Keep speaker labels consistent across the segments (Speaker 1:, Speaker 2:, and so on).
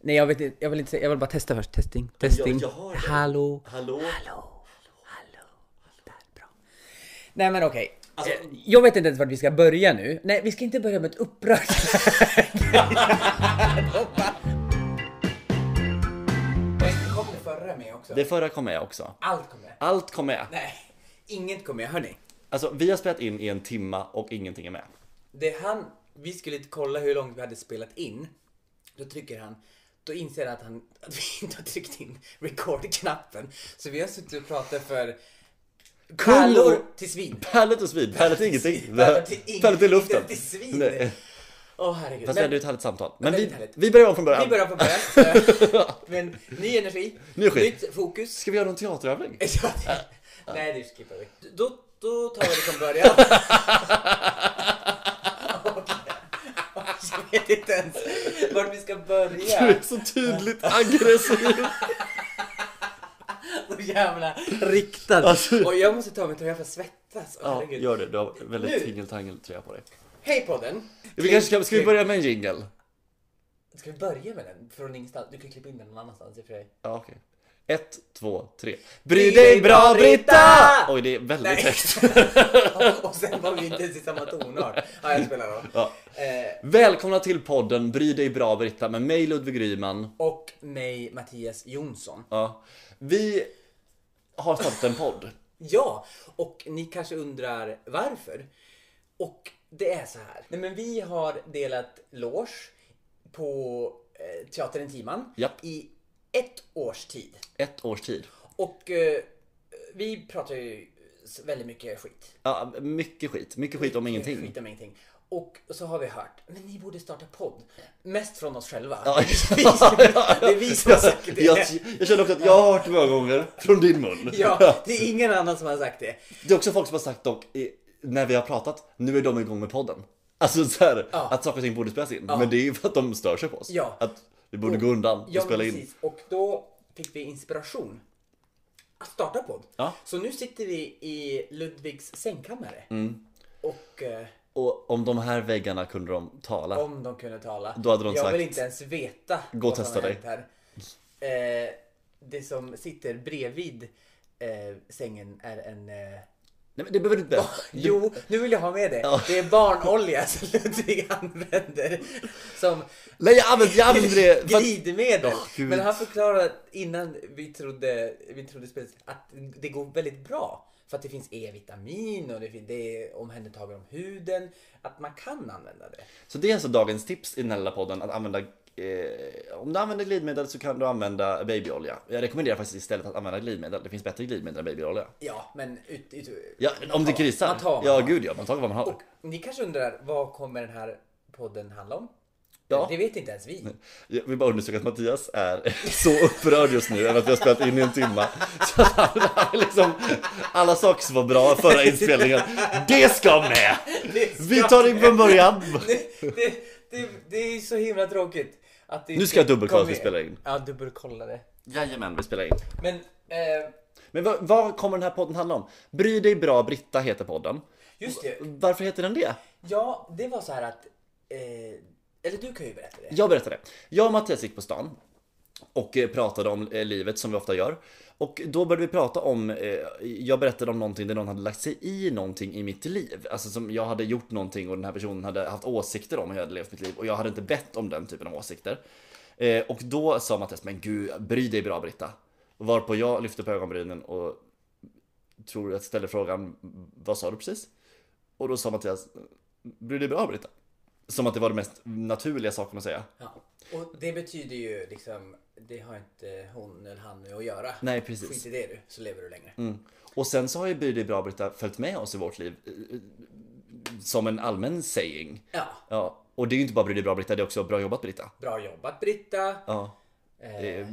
Speaker 1: Nej, jag vet inte. Jag vill, inte, säga- jag vill bara testa först. Testing, testing.
Speaker 2: jag hör dig.
Speaker 1: Hallå,
Speaker 2: Hallå?
Speaker 1: hallå, hallå. Där, bra. Nej, men okej.
Speaker 2: Alltså-
Speaker 1: Eh, Jag vet inte ens vart vi ska börja nu. Nej, vi ska inte börja med ett upprört
Speaker 3: Men kom det förra med också?
Speaker 2: Det förra kom med också.
Speaker 3: Allt kom med.
Speaker 2: Allt kom med.
Speaker 1: Nej, inget kommer jag. Hörni,
Speaker 2: Alltså, vi har spelat in i en timma och ingenting är med.
Speaker 1: det han, vi skulle kolla hur långt vi hade spelat in. Då trycker han, då inser han att, han, att vi inte har tryckt in record-knappen. Så vi har suttit och pratat för pärlor till svin.
Speaker 2: Pärlet och svin, pärlet är ingenting.
Speaker 1: Pärlet är ingenting,
Speaker 2: Pärlet i luften.
Speaker 1: till svin.
Speaker 2: Nej.
Speaker 1: Åh herregud.
Speaker 2: Fast vi
Speaker 1: Men
Speaker 2: hade ju ett härligt samtal. Men
Speaker 1: det är
Speaker 2: vi,
Speaker 1: härligt.
Speaker 2: vi börjar om från början.
Speaker 1: vi börjar från början. Men ny energi,
Speaker 2: Ny energi.
Speaker 1: nytt fokus.
Speaker 2: Ska vi göra någon teaterövning?
Speaker 1: Ja, det- Nej, det skippar vi. Då, då tar vi det från början. Jag vet inte ens vart vi ska
Speaker 2: Du
Speaker 1: börja.
Speaker 2: är så tydligt aggressiv.
Speaker 1: Så jävla riktad.
Speaker 2: Alltså-
Speaker 1: Och jag måste ta mig till jag får svettas. Åh,
Speaker 2: Ja,
Speaker 1: herregud.
Speaker 2: gör det. Du har
Speaker 1: Nu.
Speaker 2: väldigt tingeltangel tröja på dig.
Speaker 1: Hej podden!
Speaker 2: Vi kanske ska, ska vi börja med en jingle?
Speaker 1: Ska vi börja med den? Från ingenstans? Du kan klippa in den någon annanstans i och för sig.
Speaker 2: Ja, okej. Ett, två, tre. Bry dig bra Britta! Oj, det är väldigt
Speaker 1: Nej.
Speaker 2: högt.
Speaker 1: Och sen var vi inte ens i samma tonart. Ja, jag spelar då.
Speaker 2: Ja.
Speaker 1: Eh,
Speaker 2: Välkomna till podden Bry dig bra Britta med mig Ludvig Ryman.
Speaker 1: och mig, Mattias Jonsson.
Speaker 2: Ja. Vi har startat en podd.
Speaker 1: Ja, och ni kanske undrar varför. Och det är så här. Nej, men vi har delat loge på eh, Teatern Intiman
Speaker 2: Japp.
Speaker 1: i ett års tid.
Speaker 2: Ett års tid.
Speaker 1: Och eh, vi pratar ju s- väldigt mycket skit.
Speaker 2: Ja, mycket skit. Mycket skit om ingenting.
Speaker 1: Skit om ingenting. Och så har vi hört, men ni borde starta podd. Mest från oss själva.
Speaker 2: Ja.
Speaker 1: det är vi som har sagt det.
Speaker 2: Jag, jag känner också att jag har hört det många gånger från din mun.
Speaker 1: Ja, det är ingen annan som har sagt det.
Speaker 2: Det är också folk som har sagt dock, i- när vi har pratat, nu är de igång med podden. Alltså så här,
Speaker 1: Ja.
Speaker 2: att saker och ting borde spelas in. Men det är ju för att de stör sig på oss.
Speaker 1: Ja.
Speaker 2: Att vi borde gå undan och
Speaker 1: Ja,
Speaker 2: spela
Speaker 1: men
Speaker 2: in.
Speaker 1: precis. Och då fick vi inspiration att starta podd.
Speaker 2: Ja.
Speaker 1: Så nu sitter vi i Ludvigs sängkammare.
Speaker 2: Mm.
Speaker 1: Och eh,
Speaker 2: Och om de här väggarna kunde de tala.
Speaker 1: om de kunde tala.
Speaker 2: Då hade de
Speaker 1: jag
Speaker 2: sagt,
Speaker 1: vill inte ens veta
Speaker 2: "Gå
Speaker 1: vad
Speaker 2: och
Speaker 1: som
Speaker 2: testa
Speaker 1: har hänt Här. Eh, det som sitter bredvid eh, sängen är en... Eh,
Speaker 2: Nej men det behöver du inte.
Speaker 1: jo, nu vill jag ha med det.
Speaker 2: Ja.
Speaker 1: Det är barnolja som Ludvig använder. Som
Speaker 2: Nej jag använder, jag använder det för att,
Speaker 1: glidmedel.
Speaker 2: Åh, Gud.
Speaker 1: men han förklarade att innan vi trodde, vi trodde spelet att det går väldigt bra. För att det finns E-vitamin och det, fin- det är omhändertagande om huden. Att man kan använda det.
Speaker 2: Så det är alltså dagens tips i den här lilla podden att använda eh, om du använder glidmedel så kan du använda babyolja. Jag rekommenderar faktiskt istället att använda glidmedel. Det finns bättre glidmedel än babyolja.
Speaker 1: Ja, men ut, ut,
Speaker 2: Ja, om det
Speaker 1: tar-
Speaker 2: krisar.
Speaker 1: Man tar vad man
Speaker 2: ja,
Speaker 1: har.
Speaker 2: gud ja. Man tar vad man har.
Speaker 1: Och ni kanske undrar, vad kommer den här podden handla om?
Speaker 2: Ja.
Speaker 1: Det vet inte ens vi.
Speaker 2: Jag vill bara undersöka att Mattias är så upprörd just nu över att vi har spelat in i en timma. Så att han han liksom, alla saker som var bra förra inspelningen, det ska med! Vi tar det från början!
Speaker 1: det, det, det, det är så himla tråkigt. Att det
Speaker 2: Nu ska jag
Speaker 1: inte
Speaker 2: dubbelkolla
Speaker 1: kom
Speaker 2: att vi
Speaker 1: med.
Speaker 2: spelar in.
Speaker 1: Ja, dubbelkolla det.
Speaker 2: Jajamän, vi spelar in.
Speaker 1: Men eh,
Speaker 2: Men vad, vad kommer den här podden handla om? Bry dig bra Britta heter podden.
Speaker 1: just det,
Speaker 2: Varför heter den det?
Speaker 1: Ja, det var så här att... Eh, eller du kan ju berätta det.
Speaker 2: Jag berättar det. Jag och Mattias gick på stan och eh, pratade om eh, livet som vi ofta gör. Och då började vi prata om, eh, jag berättade om någonting där någon hade lagt sig i någonting i mitt liv. Alltså som jag hade gjort någonting och den här personen hade haft åsikter om hur jag hade levt mitt liv och jag hade inte bett om den typen av åsikter. Eh, Och då sa Mattias, men gud, bry dig bra Britta. Varpå jag lyfte på ögonbrynen och tror jag ställde frågan, vad sa du precis? Och då sa Mattias, bry dig bra Britta. Som att det var det mest naturliga saken att säga.
Speaker 1: Ja. Och det betyder ju liksom, det har inte hon eller han med att göra.
Speaker 2: Nej, precis. Mm.
Speaker 1: Skit i det du, så lever du längre.
Speaker 2: Och sen så har ju Bry dig bra Britta följt med oss i vårt liv eh, eh, som en allmän saying.
Speaker 1: Ja,
Speaker 2: Ja, och det är ju inte bara Bry dig bra Britta, det är också bra jobbat Britta.
Speaker 1: bra jobbat Britta.
Speaker 2: Ja,
Speaker 1: Eh,
Speaker 2: eh,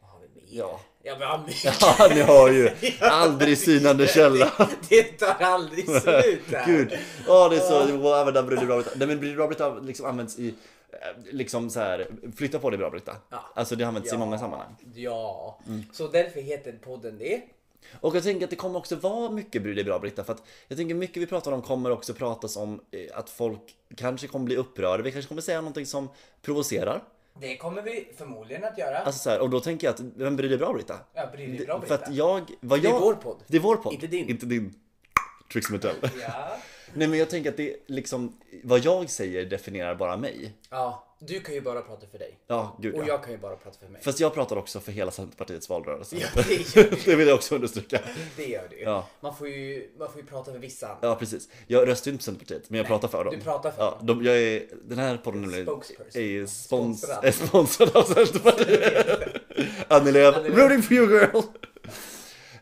Speaker 1: vad har vi mer?
Speaker 2: ja.
Speaker 1: Ja, vi har mycket.
Speaker 2: ja ni har ju aldrig synande källa.
Speaker 1: Det tar aldrig slut här.
Speaker 2: Gud, ja det är så, du får använda Bry dig bra Britta. Nej men Bry dig bra Britta liksom används i, eh, liksom så här, flytta på dig bra Britta.
Speaker 1: Ja.
Speaker 2: Alltså det används i
Speaker 1: Ja.
Speaker 2: många sammanhang.
Speaker 1: Ja,
Speaker 2: Mm.
Speaker 1: så därför heter podden det.
Speaker 2: Och jag tänker att det kommer också vara mycket Bry dig bra Britta för att jag tänker mycket vi pratar om kommer också pratas om eh, att folk kanske kommer bli upprörda, vi kanske kommer säga någonting som provocerar.
Speaker 1: Det kommer vi förmodligen att göra.
Speaker 2: Alltså så här, och då tänker jag att, vem bryr dig bra Britta?
Speaker 1: Ja, bryr dig bra,
Speaker 2: För
Speaker 1: Britta.
Speaker 2: att jag, vad
Speaker 1: Det är
Speaker 2: jag...
Speaker 1: vår podd.
Speaker 2: Det är vår podd.
Speaker 1: Inte din.
Speaker 2: Inte din. Trix Mattel.
Speaker 1: Ja.
Speaker 2: Nej men jag tänker att det är liksom, vad jag säger definierar bara mig.
Speaker 1: ja, du kan ju bara prata för dig.
Speaker 2: Ja, gud
Speaker 1: Och
Speaker 2: ja.
Speaker 1: jag kan ju bara prata för mig.
Speaker 2: Fast jag pratar också för hela Centerpartiets valrörelse.
Speaker 1: Ja, det gör
Speaker 2: det vill jag också understryka.
Speaker 1: Det gör du.
Speaker 2: Ja.
Speaker 1: Man, får ju, man får ju prata för vissa.
Speaker 2: Ja, precis. Jag röstar ju inte på Centerpartiet, men jag pratar för dem.
Speaker 1: du pratar för
Speaker 2: ja,
Speaker 1: dem.
Speaker 2: dem. Jag är, den här podden nämligen
Speaker 1: Spokesperson.
Speaker 2: är, spons,
Speaker 1: Sponsrad.
Speaker 2: är sponsrad av Centerpartiet. Annie Lööf,
Speaker 1: Annie Lööf.
Speaker 2: rooting for you girl!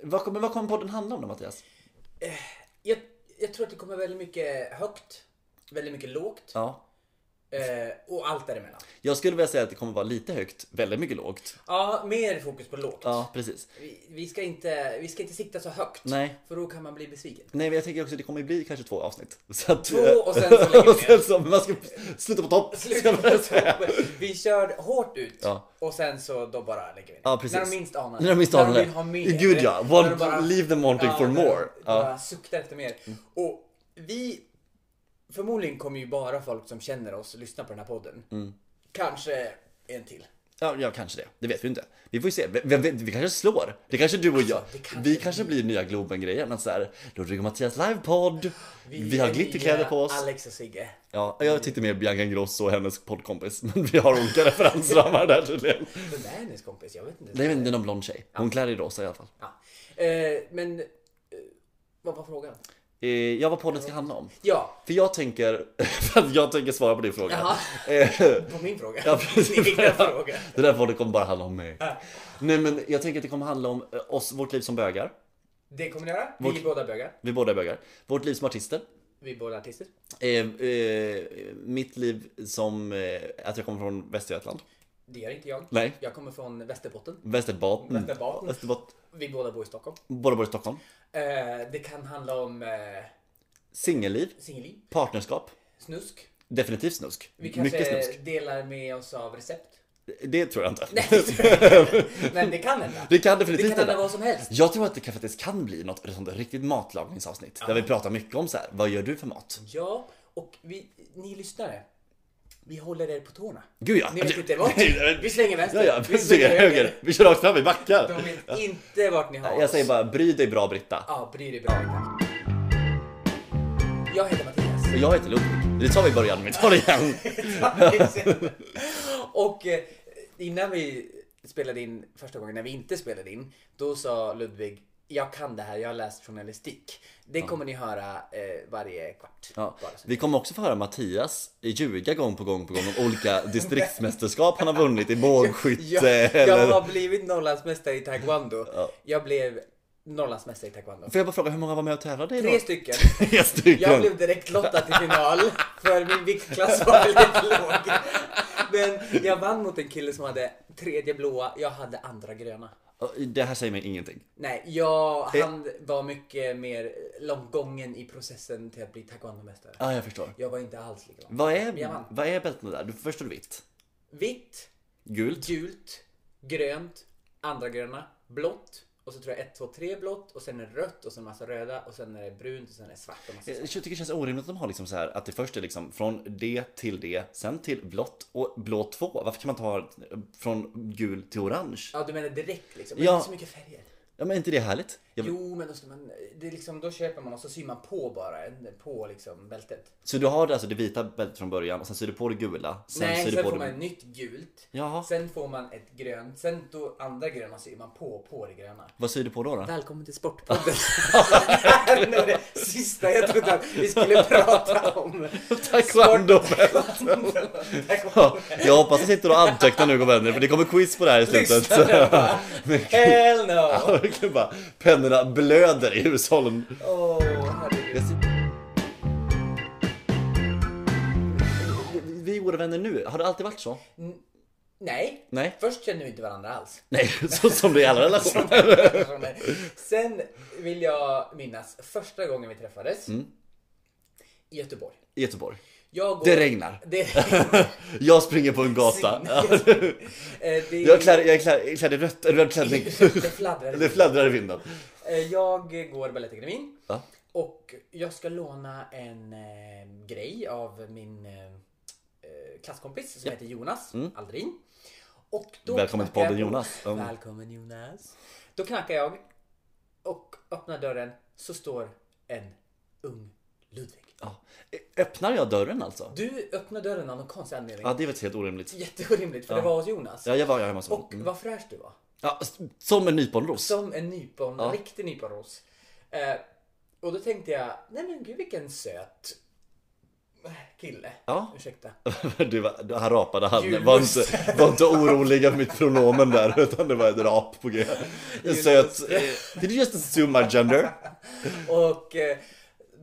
Speaker 2: vad, kommer, vad kommer podden handla om då Mattias?
Speaker 1: Jag, jag tror att det kommer väldigt mycket högt, väldigt mycket lågt
Speaker 2: Ja.
Speaker 1: eh, och allt däremellan.
Speaker 2: Jag skulle vilja säga att det kommer vara lite högt, väldigt mycket lågt.
Speaker 1: Ja, mer fokus på lågt.
Speaker 2: Ja, precis.
Speaker 1: Vi, vi, ska inte, vi ska inte sikta så högt.
Speaker 2: Nej.
Speaker 1: För då kan man bli besviken.
Speaker 2: Nej men jag tänker också att det kommer bli kanske två avsnitt. Så att,
Speaker 1: Två och sen så lägger vi
Speaker 2: och sen så, men man ska sluta på topp. ska man säga.
Speaker 1: Vi kör hårt ut
Speaker 2: Ja.
Speaker 1: och sen så då bara lägger vi ner.
Speaker 2: Ja precis.
Speaker 1: När de minst anar
Speaker 2: När de minst anar
Speaker 1: När de vill ha mer.
Speaker 2: Gud ja.
Speaker 1: När
Speaker 2: One,
Speaker 1: de bara-
Speaker 2: leave them wanting for
Speaker 1: när de
Speaker 2: more.
Speaker 1: Bara
Speaker 2: Ja. Mm.
Speaker 1: suktar efter mer. Och vi, förmodligen kommer ju bara folk som känner oss lyssna på den här podden.
Speaker 2: Mm.
Speaker 1: Kanske en till.
Speaker 2: Ja, ja, kanske det. Det vet vi inte. Vi får ju se. Vi, vi, vi kanske slår. Det kanske du och jag.
Speaker 1: Alltså, det kanske
Speaker 2: vi kanske blir nya Globen-grejen. Att så här, Rodrigo Mattias livepodd. Vi, vi har
Speaker 1: är
Speaker 2: glitterkläder
Speaker 1: nya
Speaker 2: på oss.
Speaker 1: Alex och Sigge.
Speaker 2: Ja, jag tyckte mer Bianca Ingrosso och hennes poddkompis. Men vi har olika referensramar där tydligen.
Speaker 1: Vem är hennes kompis? Jag vet inte.
Speaker 2: Nej men det är någon blond tjej. Hon klär i rosa i alla fall.
Speaker 1: Ja. Eh, men, eh, vad var frågan?
Speaker 2: Eh, ja, vad podden ska handla om.
Speaker 1: Ja,
Speaker 2: För jag tänker, för att jag tänker svara på din fråga.
Speaker 1: Jaha.
Speaker 2: Eh,
Speaker 1: på min fråga.
Speaker 2: Ja, precis.
Speaker 1: Din egna fråga.
Speaker 2: Det där podden kommer bara handla om mig. Nej men jag tänker att det kommer handla om eh, oss, vårt liv som bögar.
Speaker 1: Det kommer ni göra. Vi
Speaker 2: Vårt-
Speaker 1: är båda bögar.
Speaker 2: Vi båda är bögar. Vårt liv som artister.
Speaker 1: Vi är båda artister.
Speaker 2: Eh, eh, mitt liv som, eh, att jag kommer från Västergötland.
Speaker 1: Det gör inte jag.
Speaker 2: Nej.
Speaker 1: Jag kommer från Västerbotten.
Speaker 2: Västerbotten.
Speaker 1: Västerbotten.
Speaker 2: Västerbotten.
Speaker 1: Vi båda bor i Stockholm.
Speaker 2: mm. Båda bor i Stockholm.
Speaker 1: Eh, det kan handla om eh,
Speaker 2: Singelliv.
Speaker 1: singelliv,
Speaker 2: Partnerskap.
Speaker 1: snusk.
Speaker 2: Definitivt snusk.
Speaker 1: Vi kanske
Speaker 2: Mycket snusk.
Speaker 1: delar med oss av recept.
Speaker 2: Det tror jag inte.
Speaker 1: Men det kan hända.
Speaker 2: Det kan definitivt
Speaker 1: Det kan hända
Speaker 2: hända.
Speaker 1: vad som helst.
Speaker 2: Jag tror att det kan- faktiskt kan bli något sånt där riktigt matlagningsavsnitt. Där vi pratar mycket om så här, vad gör du för mat?
Speaker 1: Ja, och vi, ni lyssnare. Vi håller er på tårna.
Speaker 2: Gud ja. Alltså,
Speaker 1: Ni vet inte vart.
Speaker 2: Nej,
Speaker 1: Vi slänger vänster.
Speaker 2: Ja, ja,
Speaker 1: vi svänger höger.
Speaker 2: Vi kör rakt fram, vi
Speaker 1: De
Speaker 2: backar.
Speaker 1: vet inte vart ni har
Speaker 2: Jag säger bara, bry dig bra Britta.
Speaker 1: Ja, bry dig bra. Rickard. Jag heter Mattias.
Speaker 2: Och jag heter Ludvig. Det tar vi i början, men vi tar det igen.
Speaker 1: och eh, innan vi spelade in första gången, när vi inte spelade in, då sa Ludvig jag kan det här, jag har läst journalistik. Det kommer ni höra eh, varje kvart.
Speaker 2: Ja.
Speaker 1: Bara så.
Speaker 2: Vi kommer också få höra Mattias ljuga gång på gång på gång om olika distriktsmästerskap han har vunnit i
Speaker 1: Jag,
Speaker 2: bågskytte
Speaker 1: jag
Speaker 2: eh, eller...
Speaker 1: har blivit Norrlandsmästare i taekwondo. Jag blev Norrlandsmästare i taekwondo.
Speaker 2: Får jag bara fråga, hur många var med och tävlade idag?
Speaker 1: Tre stycken.
Speaker 2: Tre stycken.
Speaker 1: Jag blev direktlottad till final för min viktklass var väldigt låg. Men jag vann mot en kille som hade tredje blåa, jag hade andra gröna.
Speaker 2: Det här säger mig ingenting.
Speaker 1: Nej, jag, han var mycket mer långt gången i processen till att bli taekwondomästare.
Speaker 2: Ja, ah, jag förstår.
Speaker 1: Jag var inte alls lika lång.
Speaker 2: Vad
Speaker 1: Jag
Speaker 2: är,
Speaker 1: vann.
Speaker 2: vad är bältena där? Du Först är det vitt,
Speaker 1: Vitt,
Speaker 2: gult,
Speaker 1: gult, grönt, andra gröna, blått och så tror jag 1, 2, 3 blått och sen är det rött och sen massa röda och sen är det brunt och sen är det svart och massa
Speaker 2: Eh, Jag tycker det känns orimligt att de har liksom så här att det först är liksom från det till det, sen till blått och blå två. Varför kan man ta från gul till orange?
Speaker 1: Ja, du menar direkt liksom. Men
Speaker 2: Ja.
Speaker 1: det är så mycket färger.
Speaker 2: Ja men är inte det härligt? Jag,
Speaker 1: Jo, men då, ska man, det är liksom, då köper man och så syr man på bara, en- på liksom bältet.
Speaker 2: Så du har det alltså det vita bältet från början och sen syr du på det gula. Sen
Speaker 1: Nej,
Speaker 2: syr
Speaker 1: sen,
Speaker 2: du på
Speaker 1: får man
Speaker 2: det...
Speaker 1: ett nytt gult.
Speaker 2: Jaha.
Speaker 1: Sen får man ett grönt. Sen då andra gröna syr man på, på det gröna.
Speaker 2: Vad syr du på då? då?
Speaker 1: Välkommen till Sportpodden. det var det sista jag trodde att vi skulle prata om.
Speaker 2: Taekwondo!
Speaker 1: Taekwondo.
Speaker 2: Jag hoppas ni sitter och antecknar nu vänner för det kommer quiz på det här i slutet.
Speaker 1: Lyssna nu bara. Hell no!
Speaker 2: Verkligen bara, pennorna blöder i hushållen.
Speaker 1: Åh, herregud.
Speaker 2: Vi- Vi är goda vänner nu, har det alltid varit så?
Speaker 1: Nej,
Speaker 2: Nej?
Speaker 1: först känner vi inte varandra alls.
Speaker 2: Nej, så som det är i alla relationer.
Speaker 1: Sen vill jag minnas första gången vi träffades
Speaker 2: Mm.
Speaker 1: i Göteborg.
Speaker 2: I Göteborg.
Speaker 1: Jag går...
Speaker 2: Det regnar.
Speaker 1: Det
Speaker 2: Jag springer på en gata.
Speaker 1: Eh, det-
Speaker 2: Jag är klädd, jag är klädd, jag är klädd i rött, en röd klänning.
Speaker 1: Det fladdrar.
Speaker 2: Det fladdrar i vinden.
Speaker 1: Eh, Jag går Balettakademin.
Speaker 2: Ja.
Speaker 1: Och jag ska låna en eh, grej av min eh, eh, klasskompis som heter Jonas Aldrin. Och då
Speaker 2: Mm. Välkommen till
Speaker 1: knackar
Speaker 2: podden,
Speaker 1: jag på-
Speaker 2: Jonas. Mm.
Speaker 1: Välkommen Jonas. Då knackar jag och öppnar dörren så står en ung Ludvig.
Speaker 2: Ja. Ö- Öppnar jag dörren alltså?
Speaker 1: Du öppnar dörren av någon konstig anledning.
Speaker 2: Ja, det är väl helt orimligt.
Speaker 1: Jätteorimligt för det var hos Jonas.
Speaker 2: Ja, Mm. jag var jag hemma hos honom.
Speaker 1: Och vad fräsch du var.
Speaker 2: Ja, s- som en nyponros.
Speaker 1: Som en nypon, en riktig nyponros. Eh, och då tänkte jag, nej men gud vilken söt kille.
Speaker 2: Ja.
Speaker 1: Ursäkta.
Speaker 2: Du, var- du, han rapade, han
Speaker 1: Julmust.
Speaker 2: var inte, var inte orolig över mitt pronomen där, utan det var ett rap på g. En söt... eh, Did you just assume my gender?
Speaker 1: Och eh,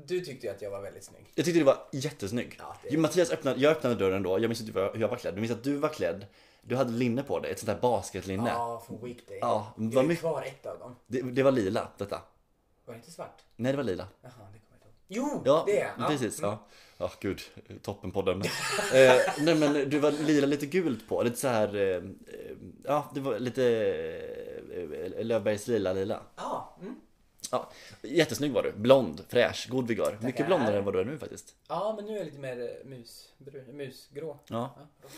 Speaker 1: du tyckte ju att jag var väldigt snygg.
Speaker 2: Jag tyckte det var jättesnygg.
Speaker 1: Ja, det är-
Speaker 2: Jo, Mattias öppnade, jag öppnade dörren då, jag minns inte vad- hur jag var klädd. Jag minns att du var klädd, du hade linne på dig, ett sånt där basketlinne.
Speaker 1: Ja, från Weekday.
Speaker 2: Ja, vad
Speaker 1: jag är
Speaker 2: mycket-
Speaker 1: kvar ett av dem.
Speaker 2: Det, det var lila, detta.
Speaker 1: Var det inte svart?
Speaker 2: Nej, det var lila.
Speaker 1: Jaha, det kommer jag inte ihåg. Jo,
Speaker 2: Ja,
Speaker 1: det Mm. är jag.
Speaker 2: precis. Ja. ja, gud. Toppenpodden. eh, nej men du var lila lite gult på. Lite så här. Eh, eh, ja, det var lite eh, Löfbergs lila lila.
Speaker 1: Ja, mm.
Speaker 2: Ja, jättesnygg var du. Blond, fräsch, god vigör. Mycket blondare än vad du är nu faktiskt.
Speaker 1: ja, men nu är jag lite mer eh, mus, brun, musgrå.
Speaker 2: Ja.
Speaker 1: bra.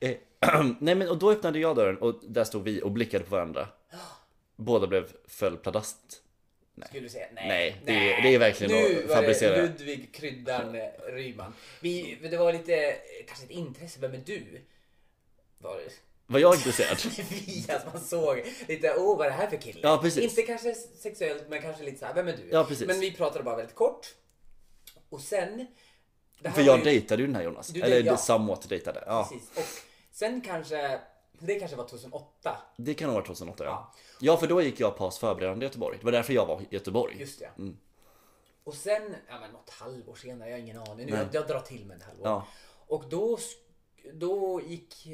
Speaker 2: Eh, nej men och då öppnade jag dörren och där stod vi och blickade på varandra. Båda blev föll pladast.
Speaker 1: Skulle du säga? Nej.
Speaker 2: Nej, det är- det är verkligen
Speaker 1: nu
Speaker 2: att
Speaker 1: var
Speaker 2: fabricera.
Speaker 1: det Ludvig Kryddan eh, Ryman. Vi, det var lite, eh, kanske ett intresse, vem är du? Var det?
Speaker 2: Var jag intresserad?
Speaker 1: Vi, alltså man såg lite, åh oh, vad är det här för kille?
Speaker 2: Ja, precis.
Speaker 1: Inte kanske sexuellt, men kanske lite såhär, vem är du?
Speaker 2: Ja, precis.
Speaker 1: Men vi pratade bara väldigt kort. Och sen... det här
Speaker 2: För
Speaker 1: var
Speaker 2: jag
Speaker 1: ju-
Speaker 2: dejtade ju den här Jonas.
Speaker 1: Du
Speaker 2: Eller
Speaker 1: dej- ja.
Speaker 2: somewhat dejtade. Ja,
Speaker 1: Precis. Och sen kanske, det kanske var 2008.
Speaker 2: det kan ha varit 2008 ja. Ja, för då gick jag PAS förberedande i Göteborg. Det var därför jag var i Göteborg.
Speaker 1: Just det.
Speaker 2: Mm.
Speaker 1: Och sen, ja men något halvår senare, jag har ingen aning. Nu, jag, jag drar till med ett halvår.
Speaker 2: Ja.
Speaker 1: Och då, sk- då gick,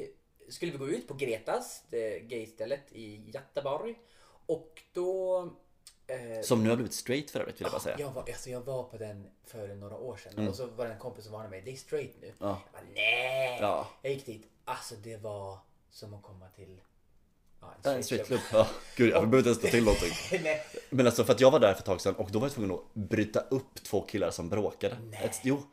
Speaker 1: skulle vi gå ut på Gretas, det gaystället i Göteborg. Och då... Eh,
Speaker 2: Som nu har blivit straight för övrigt vill jag bara säga. Mm.
Speaker 1: jag, var, alltså jag var på den för några år sedan och så var det en kompis som varnade mig, det är straight nu.
Speaker 2: Ja.
Speaker 1: Jag bara, nej!
Speaker 2: Ja.
Speaker 1: Jag gick dit, alltså det var som att komma till ja,
Speaker 2: Ja, en straightklubb. Ja, gud, jag behöver inte ens ta till någonting.
Speaker 1: nej,
Speaker 2: Men alltså för att jag var där för ett tag sedan och då var jag tvungen att bryta upp två killar som bråkade. Ett, jo.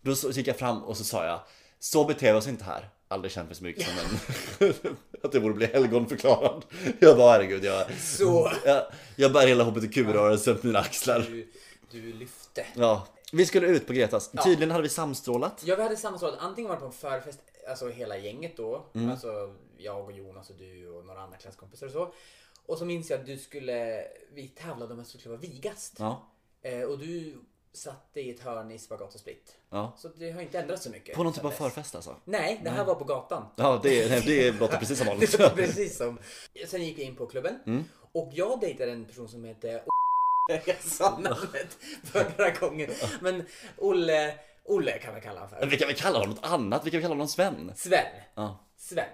Speaker 2: Då så gick jag fram och så sa jag Så beter vi oss inte här. Aldrig känt mig så mycket som en... att jag borde bli helgonförklarad. Jag bara herregud, jag,
Speaker 1: så
Speaker 2: jag, jag bär hela hbtq-rörelsen på mina axlar.
Speaker 1: du, du lyfte.
Speaker 2: Ja. Vi skulle ut på Gretas. Tydligen hade vi samstrålat.
Speaker 1: Ja, vi hade samma sak. Antingen var det på en förfest, alltså hela gänget då.
Speaker 2: Mm.
Speaker 1: Alltså jag och Jonas och du och några andra klasskompisar och så. Och så minns jag att du skulle, vi tävlade om vem som skulle vara vigast.
Speaker 2: Ja.
Speaker 1: Eh, och du satt dig i ett hörn i spagat och split.
Speaker 2: Ja.
Speaker 1: Så det har inte ändrats så mycket.
Speaker 2: På någon typ
Speaker 1: sen
Speaker 2: av
Speaker 1: dess.
Speaker 2: förfest alltså?
Speaker 1: Nej, det här var på gatan.
Speaker 2: Ja, det, nej, det låter precis som vanligt.
Speaker 1: Det var precis som. Sen gick jag in på klubben
Speaker 2: Mm.
Speaker 1: och jag dejtade en person som hette Jag sa namnet förra gången. Men Olle, Olle kan vi kalla honom
Speaker 2: Men
Speaker 1: för.
Speaker 2: vi kan väl kalla honom något annat? Vi kan väl kalla honom Sven?
Speaker 1: Sven.
Speaker 2: Ja.
Speaker 1: Sven.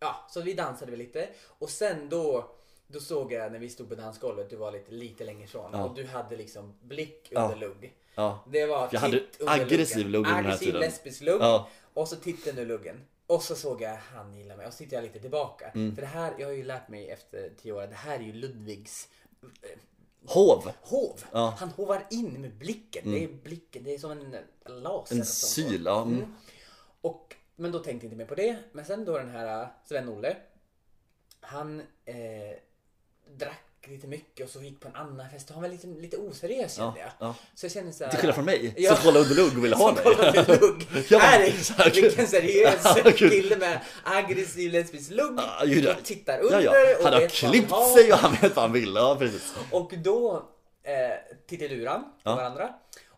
Speaker 1: Ja, så vi dansade väl lite och sen då då såg jag när vi stod på dansgolvet, du var lite, lite längre ifrån och du hade liksom blick under lugg.
Speaker 2: Ja.
Speaker 1: Det var
Speaker 2: Jag hade
Speaker 1: titt under
Speaker 2: aggressiv lugg under den här
Speaker 1: Aggressiv
Speaker 2: tiden.
Speaker 1: lesbisk lugg
Speaker 2: Ja.
Speaker 1: och så titten under luggen. Och så såg jag han gillar mig och så tittade jag lite tillbaka.
Speaker 2: Mm.
Speaker 1: För det här, jag har ju lärt mig efter tio år, att det här är ju Ludvigs
Speaker 2: Hov!
Speaker 1: hov.
Speaker 2: Ja. Mm.
Speaker 1: Han hovar in med blicken. Det är blicken, det är som en laser.
Speaker 2: En
Speaker 1: och sånt.
Speaker 2: syl, ja. Mm.
Speaker 1: Och, men då tänkte jag inte mer på det. Men sen då den här äh, Sven-Olle. Han eh, drack lite mycket och så gick på en annan fest. Och han var lite, lite oseriös
Speaker 2: Ja,
Speaker 1: kände jag.
Speaker 2: ja.
Speaker 1: Så jag kände såhär.
Speaker 2: Till skillnad från mig,
Speaker 1: Ja.
Speaker 2: som kollade under lugg och ville ha
Speaker 1: Som
Speaker 2: mig.
Speaker 1: kollade med lugg.
Speaker 2: Ja, men-
Speaker 1: Här är vilken seriös
Speaker 2: Ja, gud.
Speaker 1: kille med aggressiv lesbisk lugg.
Speaker 2: Ja, gud, ja.
Speaker 1: och tittar
Speaker 2: Ja,
Speaker 1: under.
Speaker 2: ja.
Speaker 1: och
Speaker 2: Han har
Speaker 1: vet vad
Speaker 2: klippt
Speaker 1: har.
Speaker 2: sig och han vet vad han vill. Ja, precis.
Speaker 1: Och då eh, tittade luran på
Speaker 2: Ja.
Speaker 1: varandra.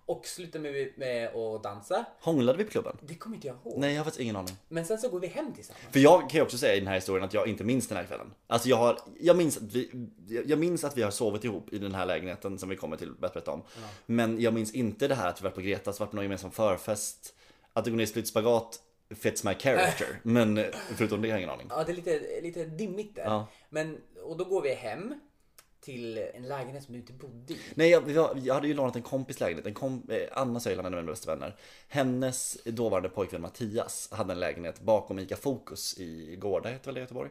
Speaker 1: Och slutade med, med att dansa.
Speaker 2: Hånglade vi på klubben?
Speaker 1: Det kommer inte jag ihåg.
Speaker 2: Nej, jag har faktiskt ingen aning.
Speaker 1: Men sen så går vi hem tillsammans.
Speaker 2: För jag kan ju också säga i den här historien att jag inte minns den här kvällen. Alltså jag har, jag minns att vi, jag minns att vi har sovit ihop i den här lägenheten som vi kommer till att berätta om. Men jag minns inte det här att vi var på Gretas, var på någon gemensam förfest. Att det går ner i split spagat fits my character. Men eh, förutom det har jag ingen aning.
Speaker 1: Ja, det är lite, lite dimmigt där.
Speaker 2: Ja.
Speaker 1: Men, och då går vi hem till en lägenhet som du inte bodde i.
Speaker 2: Nej, jag, jag, jag hade ju lånat en kompis lägenhet. En kom, eh, Anna Söjland, en av mina bästa vänner. Hennes dåvarande pojkvän Mattias hade en lägenhet bakom ICA Fokus i Gårda, heter väl det i Göteborg.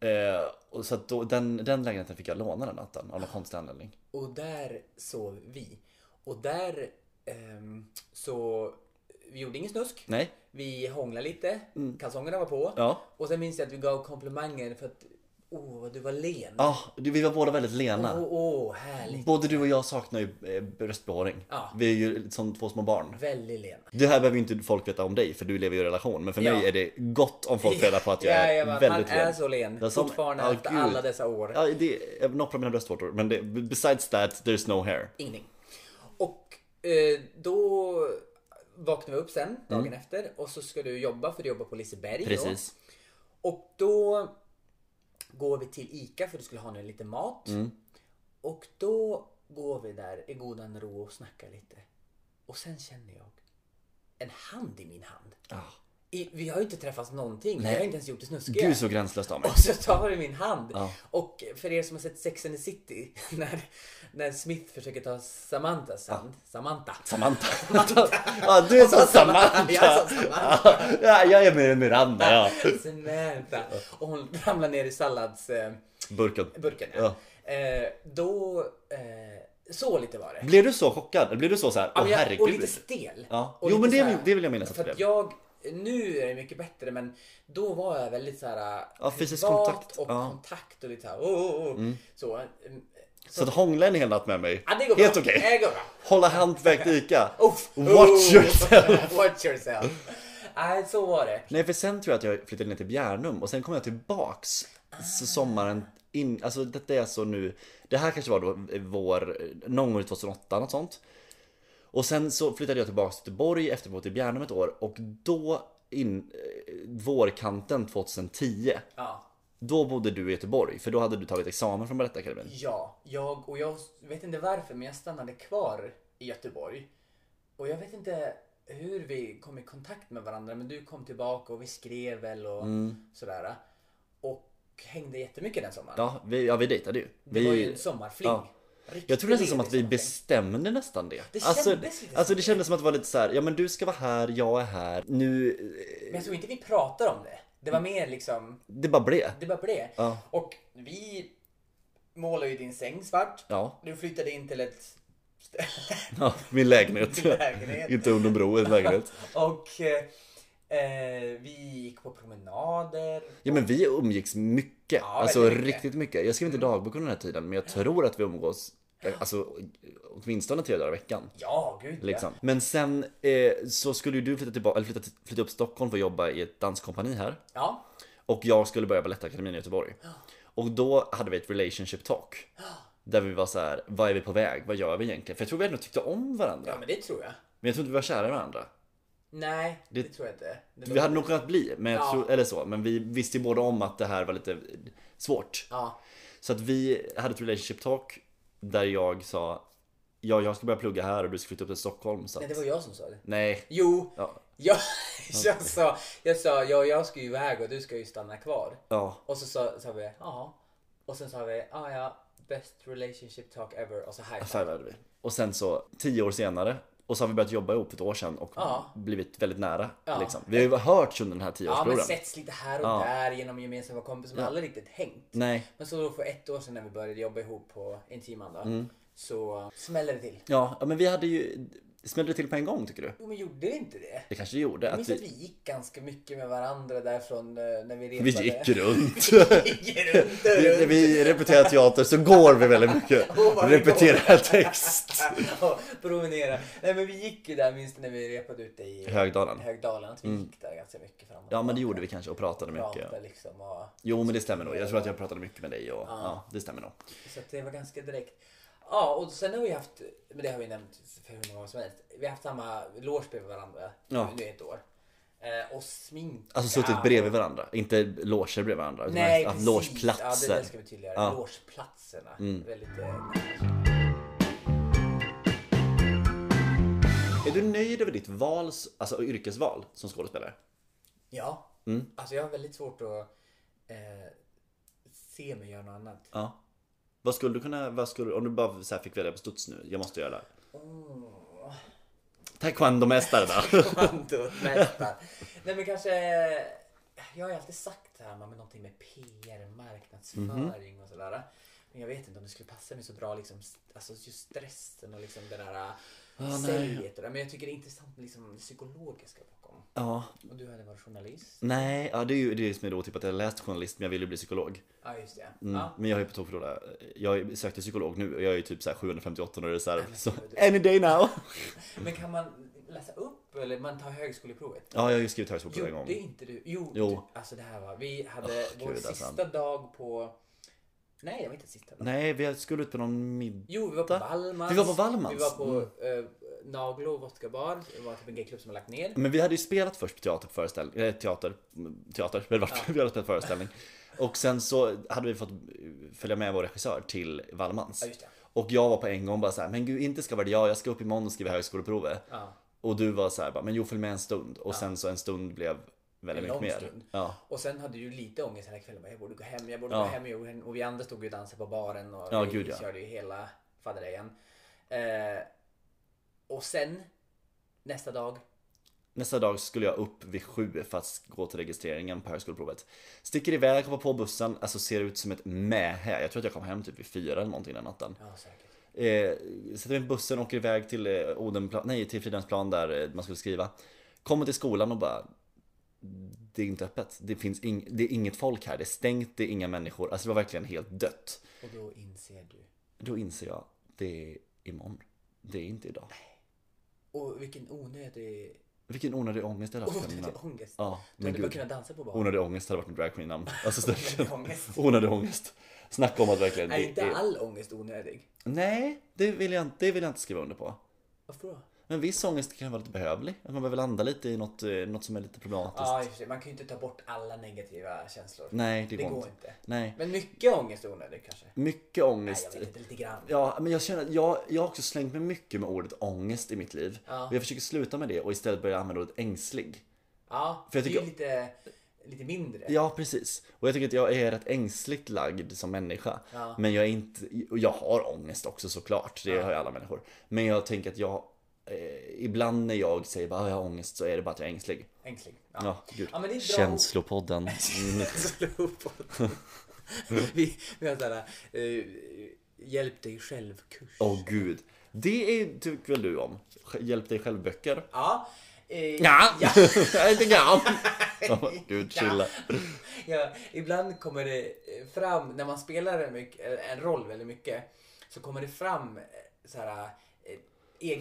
Speaker 2: Eh, och så att då, den, den lägenheten fick jag låna den natten av någon konstig anledning.
Speaker 1: Och där sov vi. Och där ehm, så vi gjorde ingen snusk.
Speaker 2: Nej. Mm.
Speaker 1: Vi hånglade lite, kalsongerna var på.
Speaker 2: Ja.
Speaker 1: Och sen minns jag att vi gav komplimanger för att, åh oh, vad du var len.
Speaker 2: Ja, du- vi var båda väldigt lena.
Speaker 1: Åh, åh, härligt.
Speaker 2: Både du och jag saknar ju eh, bröstbehåring.
Speaker 1: Ja.
Speaker 2: Vi är ju som två små barn.
Speaker 1: Väldigt len.
Speaker 2: Det här behöver ju inte folk veta om dig för du lever ju i en relation. Men för
Speaker 1: Ja.
Speaker 2: mig är det gott om folk får reda på att jag är
Speaker 1: Ja, jag bara,
Speaker 2: väldigt
Speaker 1: han är så len.
Speaker 2: Jag sa-
Speaker 1: Fortfarande
Speaker 2: Ja,
Speaker 1: efter
Speaker 2: gud.
Speaker 1: alla dessa år.
Speaker 2: Ja, det är eh, något av mina bröstvårtor. Men det, besides that, there's no hair.
Speaker 1: Ingenting. Och eh, då vaknade vi upp sen
Speaker 2: Mm.
Speaker 1: dagen efter och så ska du jobba för du jobbar på Liseberg
Speaker 2: Precis.
Speaker 1: då. Och då går vi till ICA för du skulle ha nu lite mat.
Speaker 2: Mm.
Speaker 1: Och då går vi där i godan ro och snackar lite. Och sen känner jag en hand i min hand.
Speaker 2: Ah.
Speaker 1: I, vi har ju inte träffats någonting.
Speaker 2: Nej.
Speaker 1: Jag har inte ens gjort det snuskiga.
Speaker 2: Gud så gränslöst av mig.
Speaker 1: Och så tar du min hand.
Speaker 2: Ja.
Speaker 1: Och för er som har sett Sex and the City, när, när Smith försöker ta Samanthas hand. Samantha.
Speaker 2: Samantha. ja, du är som Samantha.
Speaker 1: Jag är som Samantha.
Speaker 2: Ja, jag är med Miranda, ja.
Speaker 1: Samantha. Och hon ramlar ner i salladsburken.
Speaker 2: Burken.
Speaker 1: Ja. Eh, då, eh, så lite var det.
Speaker 2: Blev du så chockad? Blev du så såhär,
Speaker 1: Ja,
Speaker 2: åh
Speaker 1: men jag-
Speaker 2: herregud.
Speaker 1: och lite stel.
Speaker 2: Ja.
Speaker 1: Och
Speaker 2: Jo, men
Speaker 1: lite
Speaker 2: det-
Speaker 1: så här-
Speaker 2: det vill jag minnas att
Speaker 1: För
Speaker 2: det
Speaker 1: att
Speaker 2: blev.
Speaker 1: jag, nu är det mycket bättre men då var jag väldigt såhär
Speaker 2: Ja, fysisk
Speaker 1: privat
Speaker 2: kontakt.
Speaker 1: och
Speaker 2: Ja. Mm.
Speaker 1: kontakt och lite såhär oh, oh, oh. Så, eh,
Speaker 2: Så att hångla en hel natt med mig.
Speaker 1: ja, det går bra.
Speaker 2: Helt okej.
Speaker 1: Det går bra.
Speaker 2: Hålla handväg till Ica.
Speaker 1: Uff.
Speaker 2: Watch
Speaker 1: Oh.
Speaker 2: yourself.
Speaker 1: Watch yourself. Nej, så var det.
Speaker 2: Nej för sen tror jag att jag flyttade ner till Bjärnum och sen kom jag tillbaks
Speaker 1: Ah.
Speaker 2: s- sommaren in, alltså detta är alltså nu, det här kanske var då vår, någon gång i 2008 något sånt. Och sen så flyttade jag tillbaks till Göteborg efter att ha bott i Bjärnum ett år och då in, eh, vårkanten 2010
Speaker 1: Ja.
Speaker 2: då bodde du i Göteborg för då hade du tagit examen från Balettakademin.
Speaker 1: Ja, jag och jag vet inte varför men jag stannade kvar i Göteborg. Och jag vet inte hur vi kom i kontakt med varandra men du kom tillbaka och vi skrev väl och
Speaker 2: Mm.
Speaker 1: sådär. Och hängde jättemycket den sommaren.
Speaker 2: Ja, vi, ja, vi dejtade ju.
Speaker 1: det
Speaker 2: vi,
Speaker 1: var ju en sommarfling.
Speaker 2: ja.
Speaker 1: Riktigt
Speaker 2: Jag tror nästan som att vi
Speaker 1: sommarfling.
Speaker 2: bestämde nästan det.
Speaker 1: Det
Speaker 2: alltså,
Speaker 1: kändes lite
Speaker 2: alltså
Speaker 1: som
Speaker 2: det kändes som att det var lite så här, ja men du ska vara här, jag är här. Nu, eh,
Speaker 1: Men jag tror inte vi pratar om det. Det
Speaker 2: Mm.
Speaker 1: var mer liksom,
Speaker 2: det bara blev.
Speaker 1: det bara blev.
Speaker 2: Ja.
Speaker 1: Och vi målade ju din säng svart.
Speaker 2: Ja,
Speaker 1: Du flyttade in till ett ställe.
Speaker 2: ja min lägenhet.
Speaker 1: Min lägenhet.
Speaker 2: Inte under bro, en lägenhet.
Speaker 1: Och eh, eh, vi gick på promenader.
Speaker 2: Ja men vi umgicks mycket,
Speaker 1: Ja,
Speaker 2: alltså
Speaker 1: väldigt mycket.
Speaker 2: riktigt mycket. Mm. Jag skrev inte dagbok under den här tiden men jag tror att vi umgås eh, Alltså åtminstone tre dagar i veckan.
Speaker 1: Ja, gud
Speaker 2: Liksom. Men sen eh, så skulle ju du flytta, tillbaka, eller flytta, till- flytta upp till Stockholm för att jobba i ett danskompani här.
Speaker 1: ja.
Speaker 2: Och jag skulle börja Balettakademin i Göteborg. Och då hade vi ett relationship talk. Där vi var så här, vad är vi på väg? Vad gör vi egentligen? För jag tror vi ändå tyckte om varandra.
Speaker 1: Ja, men det tror jag.
Speaker 2: Men jag tror inte vi var kära i varandra.
Speaker 1: Nej, det,
Speaker 2: Det-
Speaker 1: tror jag inte. Det
Speaker 2: Vi
Speaker 1: var-
Speaker 2: hade nog kunnat bli, men jag
Speaker 1: Ja.
Speaker 2: tror, eller så. Men vi visste ju båda om att det här var lite svårt.
Speaker 1: Ja,
Speaker 2: Så att vi hade ett relationship talk där jag sa, ja jag ska börja plugga här och du ska flytta upp till Stockholm. Så att,
Speaker 1: nej, det var jag som sa det.
Speaker 2: nej.
Speaker 1: Jo,
Speaker 2: Ja.
Speaker 1: jag, jag sa, jag sa, ja, jag ska ju iväg och du ska ju stanna kvar.
Speaker 2: Ja.
Speaker 1: Och så sa, sa vi, ja. Och sen sa vi, ja, ja, best relationship talk ever. Och så high five.
Speaker 2: Affärvärvade vi. Och sen så, tio år senare, och så har vi börjat jobba ihop för ett år sedan och
Speaker 1: Ja.
Speaker 2: blivit väldigt nära.
Speaker 1: Ja.
Speaker 2: Liksom. Vi har ju hört under den här
Speaker 1: Ja, men
Speaker 2: tioårsperioden.
Speaker 1: setts lite här och
Speaker 2: Ja.
Speaker 1: där genom gemensamma kompisar. Men aldrig riktigt hängt.
Speaker 2: Nej.
Speaker 1: Men så då för ett år sedan när vi började jobba ihop på Intiman då.
Speaker 2: Mm.
Speaker 1: Så smällde det till.
Speaker 2: Ja, ja, men vi hade ju... Smällde det till på en gång tycker du?
Speaker 1: Jo men gjorde vi inte det?
Speaker 2: Det kanske det gjorde.
Speaker 1: Jag
Speaker 2: Att
Speaker 1: minns att
Speaker 2: vi,
Speaker 1: vi gick ganska mycket med varandra därifrån eh, när vi repade.
Speaker 2: vi gick runt.
Speaker 1: Gick runt och
Speaker 2: vi, när
Speaker 1: runt.
Speaker 2: vi repeterar teater så går vi väldigt mycket.
Speaker 1: Oh my God.
Speaker 2: repeterar text.
Speaker 1: och promenera. Nej men vi gick ju där minst när vi repade ute i
Speaker 2: Högdalen.
Speaker 1: Högdalen. Att vi gick där ganska mycket fram och
Speaker 2: Mm. Ja, men det gjorde vi kanske och pratade mycket.
Speaker 1: Pratade liksom och...
Speaker 2: Jo, men det stämmer nog. Jag tror att jag pratade mycket med dig och ja, det stämmer nog.
Speaker 1: Så att det var ganska direkt. Ja och sen har vi haft, men det har vi nämnt för hur många gånger som helst. Vi har haft samma lårspel med varandra
Speaker 2: Ja.
Speaker 1: nu i ett år. Eh, och smink.
Speaker 2: Alltså suttit
Speaker 1: ja.
Speaker 2: bredvid varandra, inte loger bredvid varandra. utan
Speaker 1: Nej,
Speaker 2: haft
Speaker 1: precis. Ja, det,
Speaker 2: logeplatser.
Speaker 1: det ska vi tydliggöra.
Speaker 2: Ja. Mm.
Speaker 1: Logeplatserna. Väldigt, eh,
Speaker 2: Är du nöjd över ditt val, alltså yrkesval som skådespelare?
Speaker 1: ja.
Speaker 2: Mm.
Speaker 1: Alltså jag har väldigt svårt att eh, se mig göra något annat.
Speaker 2: Ja. Vad skulle du kunna, vad skulle, om du bara så här fick välja på studs nu, jag måste göra det här. Taekwondo-mästare då?
Speaker 1: Kvantotmästare. Nej men kanske... Jag har ju alltid sagt det här med någonting med PR, marknadsföring och sådär. Men Men jag vet inte om det skulle passa mig så bra liksom, st- alltså just stressen och liksom det där
Speaker 2: Ah, nej.
Speaker 1: ah, säget och det. Men jag tycker det är intressant med liksom det psykologiska bakom.
Speaker 2: Ja,
Speaker 1: Och du hade varit journalist?
Speaker 2: nej, ja, det är ju det är som är då typ att jag läst journalist men jag ville bli psykolog.
Speaker 1: Ja, just det.
Speaker 2: Mm.
Speaker 1: Ja.
Speaker 2: Men jag är på tok för dåliga. Jag sökte psykolog nu och jag är ju typ så här 758 i reserv.
Speaker 1: men
Speaker 2: Så
Speaker 1: gud.
Speaker 2: any day now.
Speaker 1: Men kan man läsa upp eller man tar högskoleprovet?
Speaker 2: Ja, jag har ju skrivit högskoleprov en
Speaker 1: Jo,
Speaker 2: gång.
Speaker 1: det är inte du. Jo,
Speaker 2: Jo.
Speaker 1: Du, alltså det här var, vi hade
Speaker 2: Åh,
Speaker 1: vår
Speaker 2: gud, alltså.
Speaker 1: sista dag på, nej det var inte sista dag.
Speaker 2: Nej, vi skulle ut på någon middag.
Speaker 1: Jo, vi var på
Speaker 2: Vänta.
Speaker 1: Valmans.
Speaker 2: alltså, Vi var på Wallmans.
Speaker 1: Vi var på
Speaker 2: Mm.
Speaker 1: eh, Naglo vodka bar. Det var typ en gayklubb som har lagt ner.
Speaker 2: Men vi hade ju spelat först på teater, föreställ- eh, teater, teater, vi hade, varit, vi hade spelat föreställning. Och sen så hade vi fått eh, följa med vår regissör till Wallmans.
Speaker 1: Ja, just det.
Speaker 2: Och jag var på en gång bara så här, men gud inte ska vara det jag, jag ska upp imorgon och skriva högskoleprovet.
Speaker 1: Ja.
Speaker 2: Och du var så här, bara, men jo följ med en stund. Och sen så en stund blev väldigt
Speaker 1: En lång
Speaker 2: mycket mer.
Speaker 1: stund.
Speaker 2: Ja.
Speaker 1: Och sen hade du lite ångest hela kvällen. Bara, Jag borde gå hem, jag borde
Speaker 2: Ja.
Speaker 1: gå hem. Jag borde gå hem. Och vi andra stod ju och dansade på baren och
Speaker 2: Ja,
Speaker 1: vi
Speaker 2: gud, ja.
Speaker 1: körde ju hela faderdejan. Eh, och sen nästa dag.
Speaker 2: Nästa dag skulle jag upp vid sju för att gå till registreringen på högskoleprovet. Sticker iväg, hoppar på bussen, alltså ser ut som ett mähä. Jag tror att jag kom hem typ vid fyra eller någonting den natten.
Speaker 1: Ja, säkert.
Speaker 2: Eh, sätter mig i bussen och åker iväg till eh, Odenplan, nej till Fridhemsplan där eh, man skulle skriva. Kommer till skolan och bara Det är inte öppet. Det finns ing, det är inget folk här. Det är stängt, det är inga människor. Alltså det var verkligen helt dött.
Speaker 1: Och då inser du.
Speaker 2: Då inser jag, det är imorgon. Det är inte idag.
Speaker 1: Och vilken onödig,
Speaker 2: Vilken onödig ångest jag hade haft
Speaker 1: onödig
Speaker 2: innan.
Speaker 1: ångest.
Speaker 2: Ja,
Speaker 1: du
Speaker 2: men
Speaker 1: hade bara
Speaker 2: gud.
Speaker 1: kunnat dansa på baren.
Speaker 2: Onödig ångest hade varit mitt dragqueen-namn. Alltså större.
Speaker 1: ångest.
Speaker 2: Onödig ångest. Snacka om att verkligen...
Speaker 1: Är
Speaker 2: Det
Speaker 1: inte
Speaker 2: är...
Speaker 1: all ångest onödig?
Speaker 2: Nej, det vill, jag, inte- det vill jag inte skriva under på.
Speaker 1: Varför då?
Speaker 2: Men viss ångest kan vara lite behövlig. Att man behöver landa lite i något, eh, något som är lite problematiskt.
Speaker 1: Ja, i och för sig. man kan ju inte ta bort alla negativa känslor.
Speaker 2: Nej, det,
Speaker 1: det
Speaker 2: går
Speaker 1: går
Speaker 2: inte.
Speaker 1: inte.
Speaker 2: Nej.
Speaker 1: Men mycket ångest är onödig kanske?
Speaker 2: Mycket
Speaker 1: Nej,
Speaker 2: ångest.
Speaker 1: jag vet inte, lite grann.
Speaker 2: Ja, men jag känner att jag, jag har också slängt mig mycket med ordet ångest i mitt liv.
Speaker 1: Ja.
Speaker 2: Och jag försöker sluta med det och istället börja använda ordet ängslig.
Speaker 1: Ja,
Speaker 2: För jag
Speaker 1: det är ju lite, lite mindre.
Speaker 2: Ja, precis. Och jag tycker att jag är rätt ängsligt lagd som människa.
Speaker 1: Ja.
Speaker 2: Men jag är inte, och jag har ångest också såklart. Det har ju alla människor. Men jag tänker att jag, eh, ibland när jag säger bara "Ah, jag har ångest så är det bara att jag är ängslig.
Speaker 1: Ängslig.
Speaker 2: Ja, gud.
Speaker 1: Ja, men det är bra.
Speaker 2: Känslopodden.
Speaker 1: Slowpodden. vi, vi har såhär, eh, hjälp dig själv-kurs.
Speaker 2: Åh gud. Det är, tycker väl du om? Hjälp dig själv böcker?
Speaker 1: Ja. Eh,
Speaker 2: Ja,
Speaker 1: ja.
Speaker 2: jag tycker jag om. Gud,
Speaker 1: Ja.
Speaker 2: chilla.
Speaker 1: ja, ibland kommer det eh, fram, när man spelar en, mycket, eh, en roll väldigt mycket, så kommer det fram eh, såhär, eh,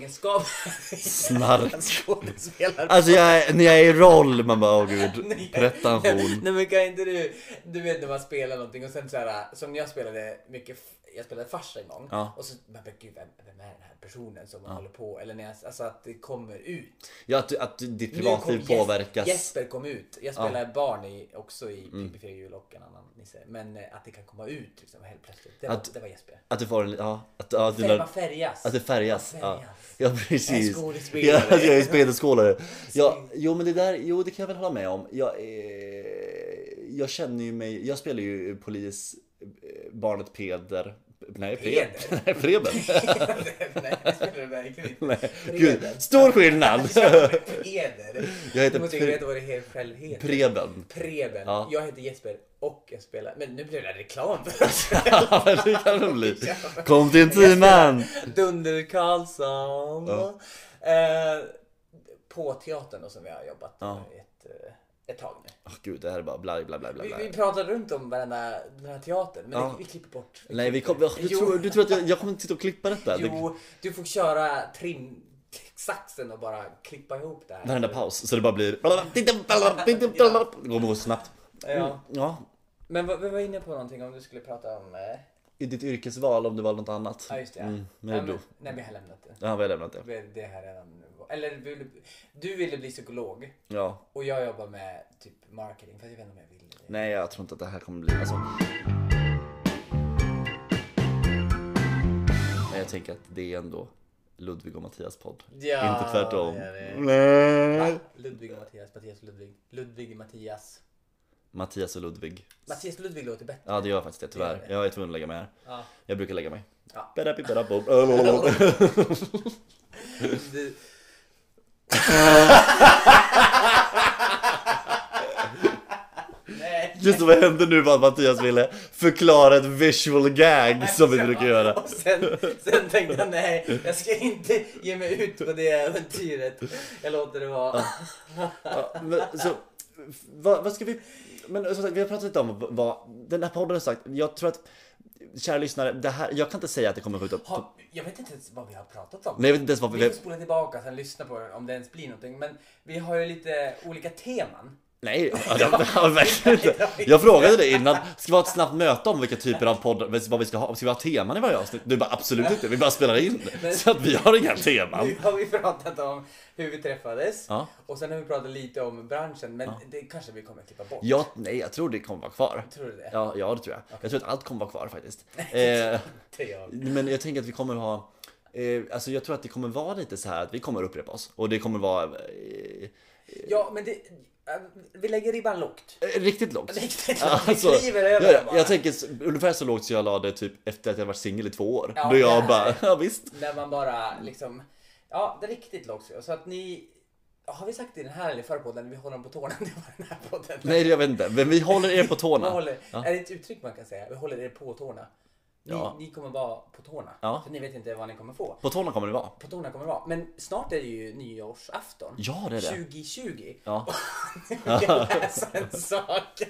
Speaker 1: egenskaper.
Speaker 2: Snark.
Speaker 1: Skådespelare.
Speaker 2: Alltså jag, är- när jag är i roll, man bara åh gud,
Speaker 1: Nej.
Speaker 2: pretension.
Speaker 1: Nej men kan inte du, du vet när man spelar någonting och sen så här, som jag spelade mycket, jag spelade fars en gång
Speaker 2: Ja.
Speaker 1: och så man bara gud vem, vem är den här personen som man håller på eller när jag, alltså att det kommer ut.
Speaker 2: Ja, att, att ditt
Speaker 1: Nu
Speaker 2: privatliv
Speaker 1: kom Jes-
Speaker 2: påverkas. Mm.
Speaker 1: Jesper kom ut. Jag spelar barn i, också i Pippi Fredrik Jul och en annan nisse. Men eh, att det kan komma ut liksom helt plötsligt. Det var,
Speaker 2: Att-
Speaker 1: det var Jesper.
Speaker 2: Att du får en, ja, att, ja, att,
Speaker 1: Färg, man
Speaker 2: dina,
Speaker 1: färgas.
Speaker 2: att det färgas. Ja,
Speaker 1: Färgas.
Speaker 2: ja precis.
Speaker 1: Jag är skådespelare.
Speaker 2: Ja, att jag är skådespelare. Ja, jo men det där, jo det kan jag väl hålla med om. Jag, eh, jag känner ju mig, jag spelar ju polis, eh, barnet Peder. Nej, Peder.
Speaker 1: Peder?
Speaker 2: Nej, Preben.
Speaker 1: Nej, jag spelar det verkligen inte.
Speaker 2: Nej,
Speaker 1: Preben.
Speaker 2: Gud, stor skillnad!
Speaker 1: Heder.
Speaker 2: Jag heter
Speaker 1: Du måste ju
Speaker 2: Pre-
Speaker 1: veta vad det helt själv heter.
Speaker 2: Preben.
Speaker 1: Preben.
Speaker 2: Ja.
Speaker 1: Jag heter Jesper och jag spelar... Men nu blev det reklam för oss.
Speaker 2: Ja, men det kan det bli. Kom till intiman!
Speaker 1: Dunder Karlsson.
Speaker 2: Ja.
Speaker 1: Eh, på teatern då, som vi har jobbat
Speaker 2: Ja.
Speaker 1: ett, eh, ett tag nu.
Speaker 2: Åh Gud, det här är bara blaj, blaj, blaj, blaj.
Speaker 1: Vi, vi
Speaker 2: blaj.
Speaker 1: pratar runt om varenda, den här teatern men
Speaker 2: Ja.
Speaker 1: vi, vi klipper bort.
Speaker 2: Nej, vi kom, du,
Speaker 1: Jo.
Speaker 2: tror, du tror att jag, jag kommer inte sitta och klippa detta? Det,
Speaker 1: Jo, du får köra trim saxen och bara klippa ihop det här.
Speaker 2: varenda paus, så det bara blir... Det går nog snabbt. Mm,
Speaker 1: Ja.
Speaker 2: Ja,
Speaker 1: Men vad- vi var inne på någonting om du skulle prata om... eh,
Speaker 2: i ditt yrkesval om det var något annat.
Speaker 1: Ja, just det.
Speaker 2: Mm, men
Speaker 1: Ja,
Speaker 2: det då.
Speaker 1: nej, vi har lämnat det.
Speaker 2: Ja, vi har lämnat det.
Speaker 1: Det- Det här redan... Eller vill, du ville bli psykolog
Speaker 2: Ja.
Speaker 1: och jag jobbar med typ marketing. Fast jag vet inte om jag vill det.
Speaker 2: Nej, jag tror inte att det här kommer bli... Alltså... Men jag tänker att det är ändå Ludvig och Mattias podd.
Speaker 1: Ja,
Speaker 2: inte tvärtom.
Speaker 1: jag vet.
Speaker 2: Nej.
Speaker 1: Va? Ludvig och Mattias, Mattias och Ludvig. Ludvig och Mattias.
Speaker 2: Mattias och Ludvig.
Speaker 1: Mattias och Ludvig låter bättre.
Speaker 2: Ja, det gör faktiskt det
Speaker 1: Det
Speaker 2: tyvärr.
Speaker 1: gör det.
Speaker 2: Jag är tvungen att lägga mig här.
Speaker 1: Ja.
Speaker 2: Jag brukar lägga mig.
Speaker 1: Ja.
Speaker 2: Badabibadabo.
Speaker 1: Du, nej.
Speaker 2: Just det, vad hände nu var att Mattias ville förklara ett visual gag som vi brukar göra.
Speaker 1: Och sen, sen tänkte jag nej, jag ska inte ge mig ut på det äventyret. Jag låter det vara.
Speaker 2: Ja, men, så, vad, vad ska vi... Men som sagt, vi har pratat lite om vad den här podden har sagt. Jag tror att, kära lyssnare, det här, jag kan inte säga att det kommer skjuta upp.
Speaker 1: Har, jag vet inte ens vad vi har pratat om.
Speaker 2: Nej, jag vet inte ens vad
Speaker 1: Vi
Speaker 2: vi...
Speaker 1: får spola tillbaka sen lyssna på den om det ens blir någonting. Men vi har ju lite olika teman.
Speaker 2: Nej, ja, det har vi verkligen inte. Jag frågade dig innan, ska vi ha ett snabbt möte om vilka typer av poddar, vad vi ska ha? Ska vi ha teman i varje avsnitt? Du bara absolut inte, vi bara spelar in. Så att vi har inga teman.
Speaker 1: Nu har vi pratat om hur vi träffades
Speaker 2: Ja.
Speaker 1: och sen har vi pratat lite om branschen men det kanske vi kommer att klippa bort.
Speaker 2: Ja, nej, jag tror det kommer vara kvar.
Speaker 1: Tror du det?
Speaker 2: Ja, ja det tror jag. Jag tror att allt kommer vara kvar faktiskt. Eh,
Speaker 1: Det gör vi.
Speaker 2: men jag tänker att vi kommer ha eh, Alltså jag tror att det kommer vara lite så här att vi kommer upprepa oss och det kommer vara eh,
Speaker 1: Ja, men det, äh, vi lägger ribban lågt.
Speaker 2: eh, riktigt lågt.
Speaker 1: Riktigt lågt.
Speaker 2: Alltså,
Speaker 1: vi kliver över
Speaker 2: ja, ja,
Speaker 1: den bara.
Speaker 2: jag tänker s- ungefär så lågt som jag la det typ efter att jag varit singel i två år.
Speaker 1: Ja,
Speaker 2: Då jag
Speaker 1: där.
Speaker 2: bara, ja visst.
Speaker 1: När man bara liksom, ja, det är riktigt lågt. Så att ni, har vi sagt i den här eller förra podden, vi håller dem på tårna. Det var den här podden.
Speaker 2: Nej jag vet inte, men vi håller er på
Speaker 1: Man
Speaker 2: tårna.
Speaker 1: håller, Är det ett uttryck man kan säga? Vi håller er på tårna. Ni,
Speaker 2: Ja.
Speaker 1: ni kommer vara på tårna.
Speaker 2: Ja.
Speaker 1: För ni vet inte vad ni kommer få.
Speaker 2: På tårna kommer det vara.
Speaker 1: På tårna kommer det vara. Men snart är det ju nyårsafton.
Speaker 2: Ja det är det.
Speaker 1: 2020.
Speaker 2: Ja,
Speaker 1: Jag vill läsa en sak.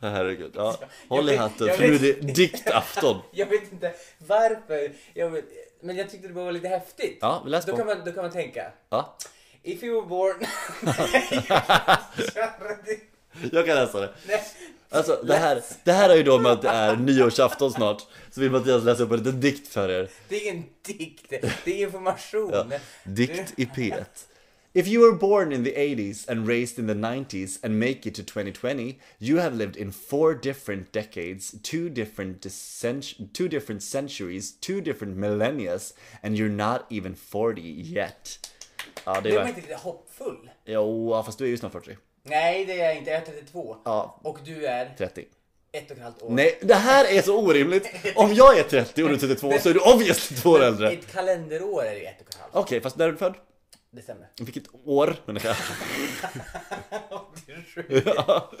Speaker 2: herregud. Ja. Håll i
Speaker 1: vet-
Speaker 2: hatten,
Speaker 1: jag
Speaker 2: för nu är
Speaker 1: vet-
Speaker 2: det diktafton.
Speaker 1: Jag vet inte varför. Jag vet, men jag tyckte det bara var lite häftigt.
Speaker 2: Ja, läs
Speaker 1: då,
Speaker 2: på.
Speaker 1: kan man, då kan man tänka.
Speaker 2: Ja.
Speaker 1: If you were born...
Speaker 2: Jag kan läsa det.
Speaker 1: Nej.
Speaker 2: Alltså det här, det här är ju då med att det är nyårsafton snart Så vill Mattias läsa upp en liten dikt för er
Speaker 1: Det är ingen dikt, det är information.
Speaker 2: Dikt i P1 If you were born in the 80s and raised in the 90s and make it to 2020 You have lived in four different decades, two different, decen- two different centuries, two different millennia And you're not even 40 yet Ja
Speaker 1: Nu
Speaker 2: det är
Speaker 1: är man
Speaker 2: verkligen
Speaker 1: inte lite hoppfull.
Speaker 2: Jo, ja, fast du är ju snart 40
Speaker 1: Nej, det är jag inte. Jag är 32.
Speaker 2: Ja.
Speaker 1: Och du är
Speaker 2: 30
Speaker 1: ett och ett halvt år.
Speaker 2: Nej, det här är så orimligt! Om jag är 30 och du är 32 så är du obviously två år äldre!
Speaker 1: Ett kalenderår är det ett och ett halvt.
Speaker 2: Okej, fast när är du född?
Speaker 1: Det stämmer.
Speaker 2: Vilket år? människa?
Speaker 1: 87.
Speaker 2: Ja.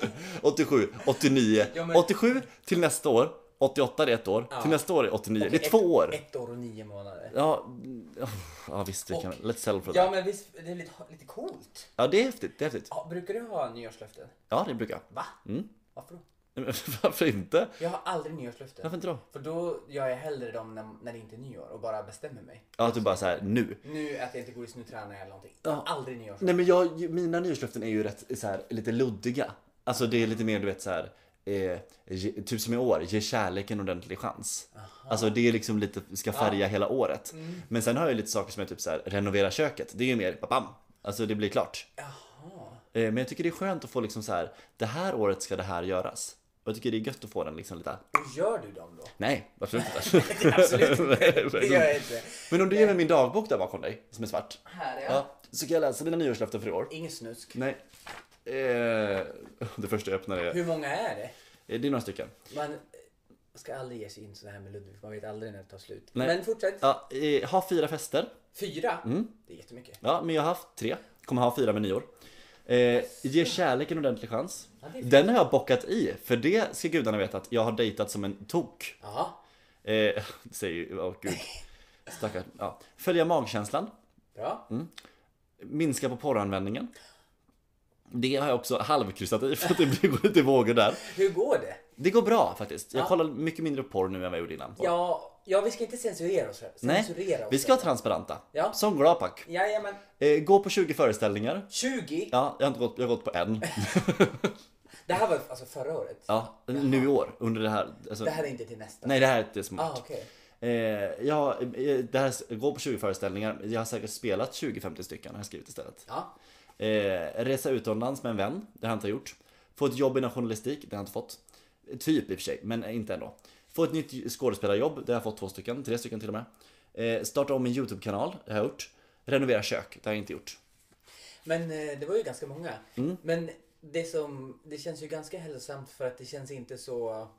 Speaker 2: 87, 89,
Speaker 1: Ja, men-
Speaker 2: 87 till nästa år, 88 är ett år, till nästa år är 89, det är två år.
Speaker 1: Ett år och nio månader.
Speaker 2: Ja, mm, ja visst, vi kan,
Speaker 1: Och-
Speaker 2: let's sell for
Speaker 1: Ja
Speaker 2: that.
Speaker 1: men visst, det är lite, lite coolt.
Speaker 2: Ja, det är häftigt, det är häftigt.
Speaker 1: Ja, brukar du ha nyårslöften?
Speaker 2: Ja, det brukar jag.
Speaker 1: Va?
Speaker 2: Mm.
Speaker 1: Varför då?
Speaker 2: Men Varför inte?
Speaker 1: Jag har aldrig nyårslöften.
Speaker 2: Varför inte då?
Speaker 1: För då gör jag hellre dem när, när det inte är nyår och bara bestämmer mig.
Speaker 2: Ja, att du bara så här nu.
Speaker 1: Nu äter jag inte godis, nu tränar jag eller någonting. Jag har aldrig nyårslöften.
Speaker 2: Nej, men jag, mina nyårslöften är ju rätt så här, lite luddiga. Alltså det är lite mer du vet så här. Eh, ge, typ som i år, ge kärleken en ordentlig chans. Alltså det är liksom lite, ska färga hela året.
Speaker 1: Mm.
Speaker 2: Men sen har jag ju lite saker som är typ så här, renovera köket. Det är ju mer, bam! Alltså det blir klart. Eh, men jag tycker det är skönt att få liksom så här, det här året ska det här göras. Och jag tycker det är gött att få den liksom lite,
Speaker 1: Och gör du dem då?
Speaker 2: nej, absolut inte.
Speaker 1: Absolut inte. Det gör jag inte.
Speaker 2: men om du ger mig min dagbok där bakom dig, som är svart.
Speaker 1: Här är jag.
Speaker 2: Ja, så kan jag läsa dina nyårslöften för i år.
Speaker 1: Ingen snusk.
Speaker 2: Nej. Eh, det första jag öppnar är...
Speaker 1: Hur många är det?
Speaker 2: Eh, Det är några stycken.
Speaker 1: Man eh, ska aldrig ge sig in så här med Ludvig, för man vet aldrig när det tar slut.
Speaker 2: Nej.
Speaker 1: Men fortsätt.
Speaker 2: Ja, Mm. eh, ha fyra fester.
Speaker 1: Fyra? Det är jättemycket.
Speaker 2: Ja, men jag har haft tre. Kommer ha fyra med nyår. Eh, ge kärlek en ordentlig chans.
Speaker 1: Ja, det är fint.
Speaker 2: Den har jag bockat i, för det ska gudarna veta att jag har dejtat som en tok.
Speaker 1: Jaha.
Speaker 2: Eh, det säger ju, åh gud. Stackars, ja. Följa magkänslan.
Speaker 1: Bra.
Speaker 2: Mm. Minska på porranvändningen. Det har jag också halvkryssat i för att det blir- går lite vågor där.
Speaker 1: Hur går det?
Speaker 2: Det går bra faktiskt. Jag
Speaker 1: Ja.
Speaker 2: kollar mycket mindre på porr nu än vad jag gjorde innan.
Speaker 1: Ja, ja vi ska inte censurera oss. Censurera
Speaker 2: Nej,
Speaker 1: oss
Speaker 2: vi ska vara transparenta.
Speaker 1: Ja.
Speaker 2: Som Grapak.
Speaker 1: Jajamän.
Speaker 2: Eh, gå på 20 föreställningar.
Speaker 1: 20?
Speaker 2: Ja, jag har, inte gått, jag har gått på en.
Speaker 1: Det här var alltså förra året.
Speaker 2: Ja, nu i år, under det här. Alltså,
Speaker 1: Det här är inte till nästa.
Speaker 2: Nej, det här är inte smart.
Speaker 1: Ah, okej.
Speaker 2: Eh, jag, eh, det här, gå på 20 föreställningar. Jag har säkert spelat 20-50 stycken, har jag skrivit istället.
Speaker 1: Ja.
Speaker 2: Eh, resa utomlands med en vän, det har jag inte gjort. Få ett jobb inom journalistik, det har jag inte fått. Typ i och för sig, men inte ändå. Få ett nytt skådespelarjobb, det har jag fått två stycken, tre stycken till och med. Eh, starta om min YouTube-kanal, det har jag gjort. Renovera kök, det har jag inte gjort.
Speaker 1: Men eh, det var ju ganska många.
Speaker 2: Mm.
Speaker 1: Men det som, det känns ju ganska hälsosamt för att det känns inte så, ja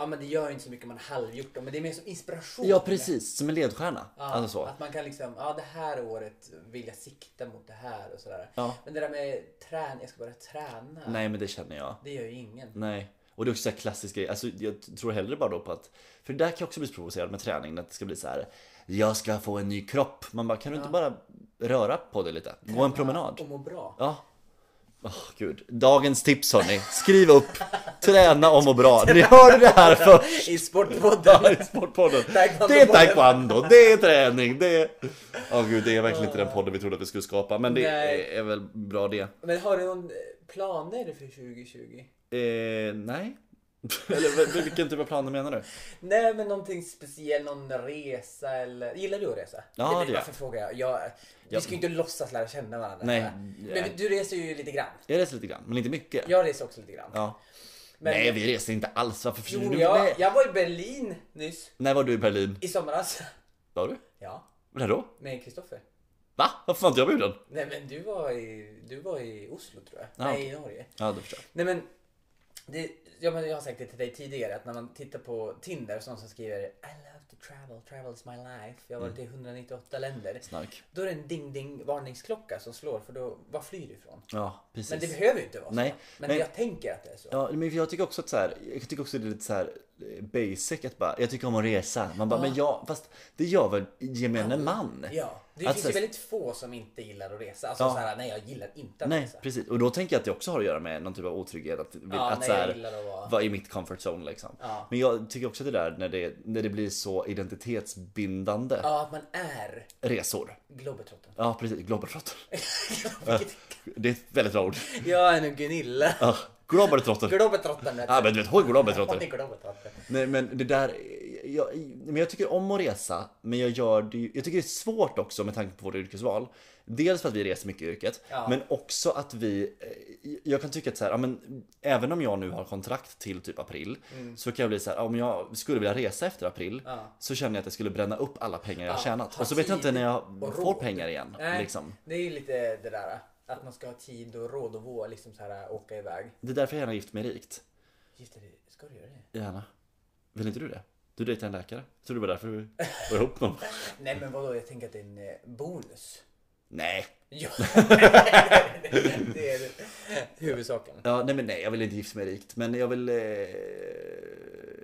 Speaker 1: Ja men det gör inte så mycket om man har halvgjort dem men det är mer som inspiration.
Speaker 2: Ja precis, som en ledstjärna.
Speaker 1: Ja,
Speaker 2: alltså så.
Speaker 1: Att man kan liksom, ja det här året vill jag sikta mot det här och sådär.
Speaker 2: Ja. Mm.
Speaker 1: Men det där med träna, jag ska börja träna.
Speaker 2: Nej men det känner jag.
Speaker 1: Det gör ju ingen.
Speaker 2: Nej. Och det är också så här klassisk grej. Alltså, jag tror hellre bara då på att... För där kan jag också bli så provocerad med träningen. Att det ska bli så här. Jag ska få en ny kropp. Man bara, kan du inte bara röra på dig lite? Gå en promenad.
Speaker 1: Och må bra.
Speaker 2: Ja. Åh gud. Dagens tips hörni. Skriv upp. Träna om och bra. Ni hörde det här först
Speaker 1: I Sportpodden.
Speaker 2: i Sportpodden.
Speaker 1: Taekwondo-podden.
Speaker 2: Det är taekwondo, det är träning, det är... Åh gud, det är verkligen inte den podden vi trodde att vi skulle skapa. Men det
Speaker 1: Nej.
Speaker 2: är väl bra det.
Speaker 1: Men har du någon eh, planer för 2020?
Speaker 2: Eh, nej. Eller v- vilken typ av planer menar du?
Speaker 1: Nej men någonting speciellt, någon resa eller... Gillar du att resa?
Speaker 2: Ja,
Speaker 1: Eller
Speaker 2: det gör
Speaker 1: Varför frågar jag? jag... Vi ska ju inte låtsas lära känna varandra.
Speaker 2: Nej.
Speaker 1: Men du reser ju lite grann.
Speaker 2: Jag reser lite grann, men inte mycket.
Speaker 1: Jag reser också lite grann.
Speaker 2: Ja.
Speaker 1: Men-
Speaker 2: Nej, vi reser inte alls. Varför
Speaker 1: Jo,
Speaker 2: du?
Speaker 1: jag,
Speaker 2: Nej.
Speaker 1: jag var i Berlin nyss.
Speaker 2: När var du i Berlin?
Speaker 1: I somras.
Speaker 2: Var du?
Speaker 1: Ja,
Speaker 2: När då?
Speaker 1: med Kristoffer.
Speaker 2: Va? Varför var inte jag bjuden?
Speaker 1: Nej men du var i, du var i Oslo tror jag.
Speaker 2: Ja,
Speaker 1: Nej,
Speaker 2: okej.
Speaker 1: i Norge.
Speaker 2: Ja, det förstår jag.
Speaker 1: Nej men, det, ja, men jag har sagt det till dig tidigare att när man tittar på Tinder så någon som skriver I love to travel, travel is my life. Jag har varit i
Speaker 2: Mm.
Speaker 1: 198 länder.
Speaker 2: Snark.
Speaker 1: Då är det en ding ding varningsklocka som slår för då, vad flyr du ifrån?
Speaker 2: Ja, precis.
Speaker 1: Men det behöver ju inte vara så.
Speaker 2: Nej,
Speaker 1: Men
Speaker 2: nej.
Speaker 1: jag tänker att det är så.
Speaker 2: Ja, men jag tycker också att så här, jag tycker också det är lite så här eh, basic att bara, jag tycker om att resa. Man bara, men jag, fast det gör väl gemene man?
Speaker 1: Ja, det
Speaker 2: Att
Speaker 1: finns
Speaker 2: så-
Speaker 1: ju väldigt få som inte gillar att resa. Alltså
Speaker 2: Alltså- Ja.
Speaker 1: såhär, nej jag gillar inte att
Speaker 2: Nej,
Speaker 1: resa.
Speaker 2: precis. Och då tänker jag att det också har att göra med någon typ av otrygghet. Att,
Speaker 1: Ja,
Speaker 2: att
Speaker 1: nej,
Speaker 2: så
Speaker 1: jag
Speaker 2: här,
Speaker 1: gillar att vara-
Speaker 2: vara i mitt comfort zone liksom.
Speaker 1: Ja.
Speaker 2: Men jag tycker också det där när det, när det blir så identitetsbindande
Speaker 1: Ja, att man är
Speaker 2: resor.
Speaker 1: globetrotten.
Speaker 2: Ja, precis. Globetrotter.
Speaker 1: Vilket-
Speaker 2: Det är ett väldigt bra ord.
Speaker 1: jag är nog Gunilla.
Speaker 2: Ja, Globetrotter.
Speaker 1: Globetrotten.
Speaker 2: Ja, men du vet, hoj
Speaker 1: Hon är
Speaker 2: globetrotter.
Speaker 1: globetrotter.
Speaker 2: Nej men det där, jag, men jag tycker om att resa men jag gör det ju- jag tycker det är svårt också med tanke på vårt yrkesval. Dels för att vi reser mycket i yrket
Speaker 1: Ja.
Speaker 2: men också att vi, eh, jag kan tycka att så här, ja, men, även om jag nu har kontrakt till typ april så kan jag bli så här, om jag skulle vilja resa efter april
Speaker 1: Mm. Ja.
Speaker 2: så känner jag att jag skulle bränna upp alla pengar jag har
Speaker 1: Ja,
Speaker 2: tjänat.
Speaker 1: ha
Speaker 2: Och så vet jag inte
Speaker 1: tid
Speaker 2: när jag
Speaker 1: och
Speaker 2: får
Speaker 1: råd.
Speaker 2: pengar igen.
Speaker 1: Nej,
Speaker 2: Liksom.
Speaker 1: Det är ju lite det där att man ska ha tid och råd och våga liksom så här, åka iväg.
Speaker 2: Det är därför jag gärna gift mig rikt.
Speaker 1: Gifta dig, ska du göra det?
Speaker 2: Gärna. Vill inte du det? Du dejtar en läkare. Tror du det var därför vi var ihop med honom?
Speaker 1: Nej men vadå, jag tänker att det är en eh, bonus.
Speaker 2: Nej.
Speaker 1: Ja, det är huvudsaken.
Speaker 2: Ja, nej men nej, jag vill inte gifta mig rikt, men jag vill... Eh,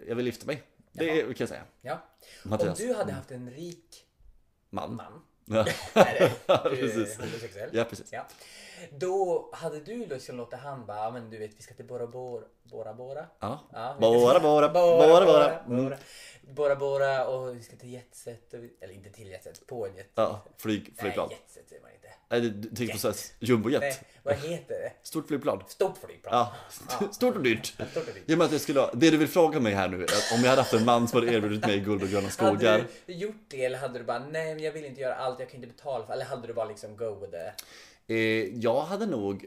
Speaker 2: jag vill gifta mig. Det kan jag säga.
Speaker 1: Ja.
Speaker 2: Mattias.
Speaker 1: Om du hade haft en rik
Speaker 2: Man.
Speaker 1: man,
Speaker 2: Ja,
Speaker 1: är det, du
Speaker 2: precis.
Speaker 1: är homosexuell.
Speaker 2: Ja, precis.
Speaker 1: Ja. Då hade du lust att låta han bara, "Ja, men du vet vi ska till Bora Bora. Bora Bora?
Speaker 2: Ja.
Speaker 1: Ja,
Speaker 2: Bora, Bora, Bora, Bora. Mm.
Speaker 1: Bora. Bora Bora och vi ska till jetset. och vi- Eller inte till jetset, på en jetset.
Speaker 2: Ja, flyg, flygplan.
Speaker 1: Nej, jetset säger man inte.
Speaker 2: Nej, du- du tänker på så här,
Speaker 1: Nej,
Speaker 2: jumbojet.
Speaker 1: vad heter det?
Speaker 2: Stort flygplan.
Speaker 1: Stort flygplan.
Speaker 2: Ja, stort och dyrt.
Speaker 1: Stort och dyrt.
Speaker 2: Jag menar att jag skulle ha, det du vill fråga mig här nu, är om jag hade haft en man som hade erbjudit mig guld och gröna skogar.
Speaker 1: Hade du gjort det eller hade du bara nej men jag vill inte göra allt, jag kan inte betala för Eller hade du bara liksom go with det?
Speaker 2: Eh, jag hade nog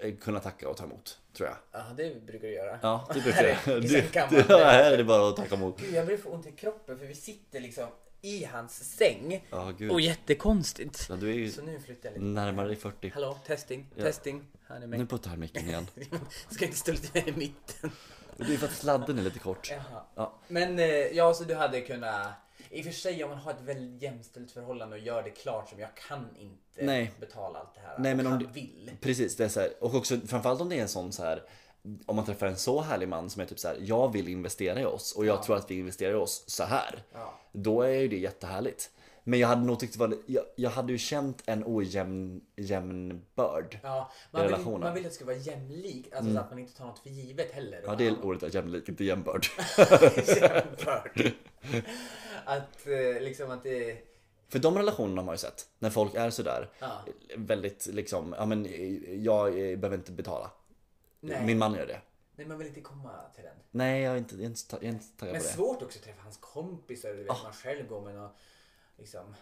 Speaker 2: eh, kunnat tacka och ta emot, tror jag.
Speaker 1: Ja det brukar du göra.
Speaker 2: Ja, det brukar jag.
Speaker 1: I
Speaker 2: Du,
Speaker 1: sängkammaren.
Speaker 2: du, här är det bara att tacka emot.
Speaker 1: Gud jag börjar få ont i kroppen för vi sitter liksom i hans säng.
Speaker 2: Ja, gud.
Speaker 1: Och jättekonstigt.
Speaker 2: Ja, Mm. du är ju
Speaker 1: Så nu flyttar jag lite.
Speaker 2: närmare dig 40.
Speaker 1: Hallå, testing, testing. Han är
Speaker 2: Nu
Speaker 1: med.
Speaker 2: puttar han micken igen.
Speaker 1: Ska inte stå lite mer i mitten.
Speaker 2: Och Det är för att sladden är lite kort.
Speaker 1: Jaha.
Speaker 2: Ja.
Speaker 1: Men eh, ja, så du hade kunnat... I och för sig om man har ett väldigt jämställt förhållande och gör det klart som jag kan inte
Speaker 2: Nej.
Speaker 1: betala allt det här.
Speaker 2: Nej, men
Speaker 1: han
Speaker 2: om du-
Speaker 1: vill.
Speaker 2: Precis, det är så här. Och också framförallt om det är en sån så här. Om man träffar en så härlig man som är typ så här. Jag vill investera i oss och jag tror att vi investerar i oss så här.
Speaker 1: Ja.
Speaker 2: Då är ju det jättehärligt. Men jag hade nog tyckt det var, jag, jag hade ju känt en ojämn jämn börd.
Speaker 1: Ja,
Speaker 2: I
Speaker 1: man, vill,
Speaker 2: relationen. Mm.
Speaker 1: man vill att det ska vara jämlikt, alltså så att man inte tar något för givet heller.
Speaker 2: Ja, det är ordet jag jämlik, inte jämnbörd.
Speaker 1: Jämfört. Att eh, liksom att det...
Speaker 2: För de relationerna har man ju sett, när folk är sådär
Speaker 1: Ja.
Speaker 2: väldigt liksom, ja men jag eh, behöver inte betala.
Speaker 1: Nej.
Speaker 2: Min man gör det.
Speaker 1: Nej, man vill inte komma till den.
Speaker 2: Nej, jag är inte, jag är inte, ta- jag är inte taggad
Speaker 1: Men
Speaker 2: på det. Ah.
Speaker 1: svårt också att träffa hans kompisar, du vet man själv går med någon liksom...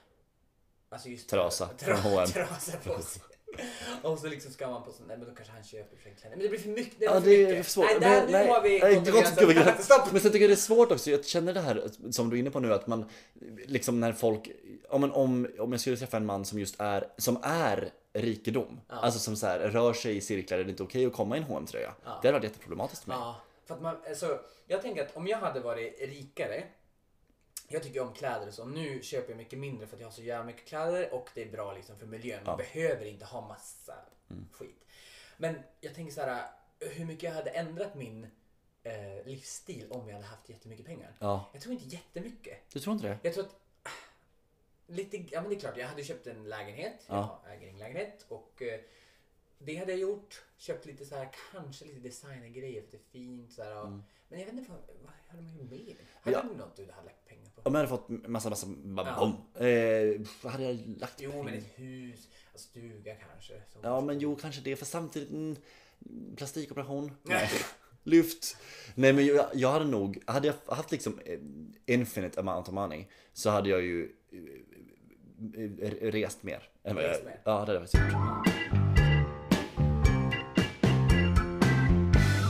Speaker 1: Alltså just
Speaker 2: Trasa
Speaker 1: tra-
Speaker 2: från H&M.
Speaker 1: Trasa på sig. Och så liksom ska man på sån, nej men då kanske han köper sig en klänning. Men det blir för mycket.
Speaker 2: Ja,
Speaker 1: för
Speaker 2: det är
Speaker 1: mycket.
Speaker 2: för svårt.
Speaker 1: Nej,
Speaker 2: Men-
Speaker 1: där, nu har vi
Speaker 2: nej,
Speaker 1: gått
Speaker 2: det
Speaker 1: över
Speaker 2: går inte
Speaker 1: gränsen.
Speaker 2: över gränsen.
Speaker 1: Stopp!
Speaker 2: Men sen tycker jag det är svårt också. Jag känner det här som du är inne på nu att man liksom när folk, om, en, om, om jag skulle träffa en man som just är, som är rikedom. Alltså som så här, rör sig i cirklar där det inte är okej att komma i en H&M tröja Det hade varit jätteproblematiskt för mig.
Speaker 1: Ja, För att man, alltså, jag tänker att om jag hade varit rikare, jag tycker om kläder och så. Nu köper jag mycket mindre för att jag har så jävla mycket kläder och det är bra liksom för miljön. Man behöver inte ha massa
Speaker 2: Mm.
Speaker 1: skit. Men jag tänker så här, hur mycket jag hade ändrat min eh, livsstil om jag hade haft jättemycket pengar.
Speaker 2: Ja.
Speaker 1: Jag tror inte jättemycket.
Speaker 2: Du tror inte det?
Speaker 1: Jag tror att ah, lite, ja men det är klart, jag hade köpt en lägenhet.
Speaker 2: Ja.
Speaker 1: Jag äger en lägenhet och eh, det hade jag gjort. Köpt lite så här, kanske lite designergrejer för det är fint så här, och, Men jag vet inte, vad, vad hade man gjort mer? Hade
Speaker 2: Mm. Ja.
Speaker 1: du något du hade lagt pengar på?
Speaker 2: Om jag hade fått massa, massa, bara,
Speaker 1: Ja.
Speaker 2: bom. Eh, vad hade jag lagt
Speaker 1: Jo, men
Speaker 2: pengar?
Speaker 1: ett hus, en stuga kanske. Så.
Speaker 2: Ja, men jo, kanske det. För samtidigt, mm, plastikoperation. Nej. Lyft. Nej, men jag, jag hade nog, hade jag haft liksom eh, infinite amount of money så hade jag ju eh, eh, rest mer. Än vad jag,
Speaker 1: Rest mer?
Speaker 2: Ja, det hade jag faktiskt gjort.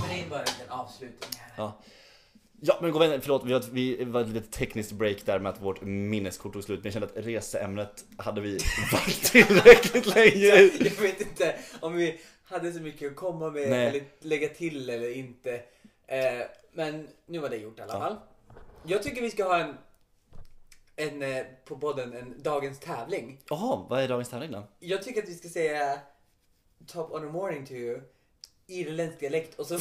Speaker 1: Men det är bara en liten avslutning här.
Speaker 2: Ja. Ja men gå vänner, förlåt vi, var- vi var ett litet tekniskt break där med att vårt minneskort tog slut men jag kände att reseämnet hade vi varit tillräckligt länge
Speaker 1: Jag vet inte om vi hade så mycket att komma med
Speaker 2: Nej.
Speaker 1: eller lägga till eller inte. Eh, men nu var det gjort i alla fall. Jag tycker vi ska ha en, en eh, på podden, en dagens tävling.
Speaker 2: Jaha, vad är dagens tävling då?
Speaker 1: Jag tycker att vi ska säga Top on the morning to you. Irländsk dialekt och så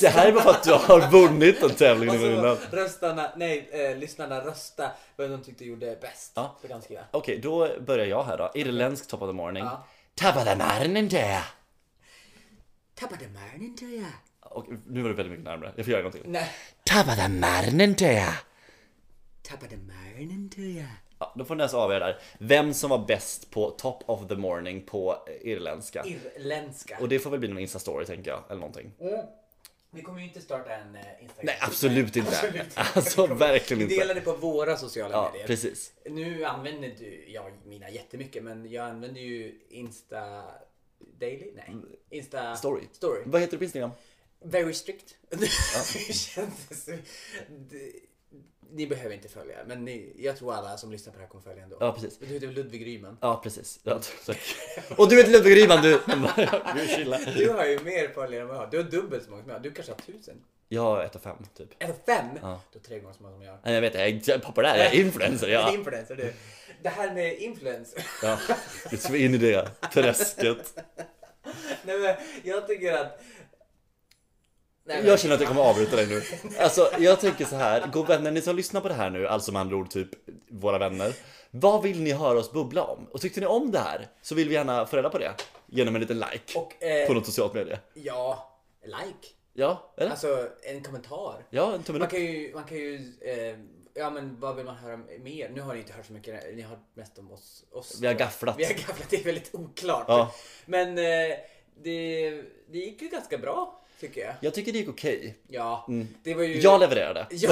Speaker 2: Det här är bara för att jag har vunnit en tävling
Speaker 1: och
Speaker 2: nu
Speaker 1: så
Speaker 2: innan
Speaker 1: röstarna, nej, eh, lyssnarna rösta vem de tyckte gjorde bäst.
Speaker 2: Ja.
Speaker 1: Så kan de skriva.
Speaker 2: Okej, då börjar jag här då. Irländsk Top of the Morning.
Speaker 1: Ja.
Speaker 2: Top of the morning där!
Speaker 1: Tappade morgonen tror jag.
Speaker 2: Och nu var det väldigt mycket närmare. Jag får göra en gång till.
Speaker 1: Nej.
Speaker 2: Top of the morning där!
Speaker 1: Tappade morgonen tror jag.
Speaker 2: Ja, då får ni alltså avgöra där. Vem som var bäst på Top of the Morning på eh, irländska.
Speaker 1: Irländska.
Speaker 2: Och det får väl bli någon Insta-story tänker jag, eller någonting.
Speaker 1: Mm. Vi kommer ju inte starta en eh, Instagram.
Speaker 2: Nej, absolut inte.
Speaker 1: Absolut.
Speaker 2: Alltså verkligen
Speaker 1: Vi delar
Speaker 2: inte.
Speaker 1: det på våra sociala
Speaker 2: Ja,
Speaker 1: medier.
Speaker 2: precis.
Speaker 1: Nu använder du jag mina jättemycket, men jag använder ju Insta Daily? Nej. Insta
Speaker 2: Mm. Story.
Speaker 1: Story.
Speaker 2: Vad heter du på Instagram?
Speaker 1: Very strict. Det kändes... det- Ni behöver inte följa, men ni, jag tror alla som lyssnar på det här kommer följa ändå.
Speaker 2: Ja, precis.
Speaker 1: Du heter väl Ludvig Ryman?
Speaker 2: Ja, precis. Ja, tack. Och du heter Ludvig Ryman du! Gud, chilla.
Speaker 1: Du har ju mer följare än vad jag har. Du har dubbelt så många som jag har. Du kanske har tusen?
Speaker 2: Jag har ett av fem, typ.
Speaker 1: Eller fem?
Speaker 2: Ja.
Speaker 1: Du har tre gånger så många som jag har.
Speaker 2: Nej, jag vet, jag är populär, jag är influencer.
Speaker 1: En
Speaker 2: Ja.
Speaker 1: influencer du. Det här med influencer.
Speaker 2: Ja, nu ska vi in i det träsket.
Speaker 1: Nej men jag tycker att... Nej, men,
Speaker 2: Jag känner att jag kommer avbryta dig nu. Alltså, jag tänker så här. Gå vänner, ni som lyssnar på det här nu, alltså med andra ord typ våra vänner. Vad vill ni höra oss bubbla om? Och tyckte ni om det här så vill vi gärna få reda på det genom en liten like
Speaker 1: Och, eh,
Speaker 2: på något socialt medie.
Speaker 1: Ja, like.
Speaker 2: Ja, eller?
Speaker 1: Alltså en kommentar.
Speaker 2: Ja, en tummen
Speaker 1: Man
Speaker 2: upp.
Speaker 1: kan ju, man kan ju eh, ja men vad vill man höra mer? Nu har ni inte hört så mycket, ni har hört mest om oss. oss
Speaker 2: Vi har gafflat.
Speaker 1: Vi har gafflat, det är väldigt oklart.
Speaker 2: Ja.
Speaker 1: Men eh, det, det gick ju ganska bra, tycker jag.
Speaker 2: Jag tycker det gick okej.
Speaker 1: Ja,
Speaker 2: Mm.
Speaker 1: det var ju...
Speaker 2: Jag levererade.
Speaker 1: Ja,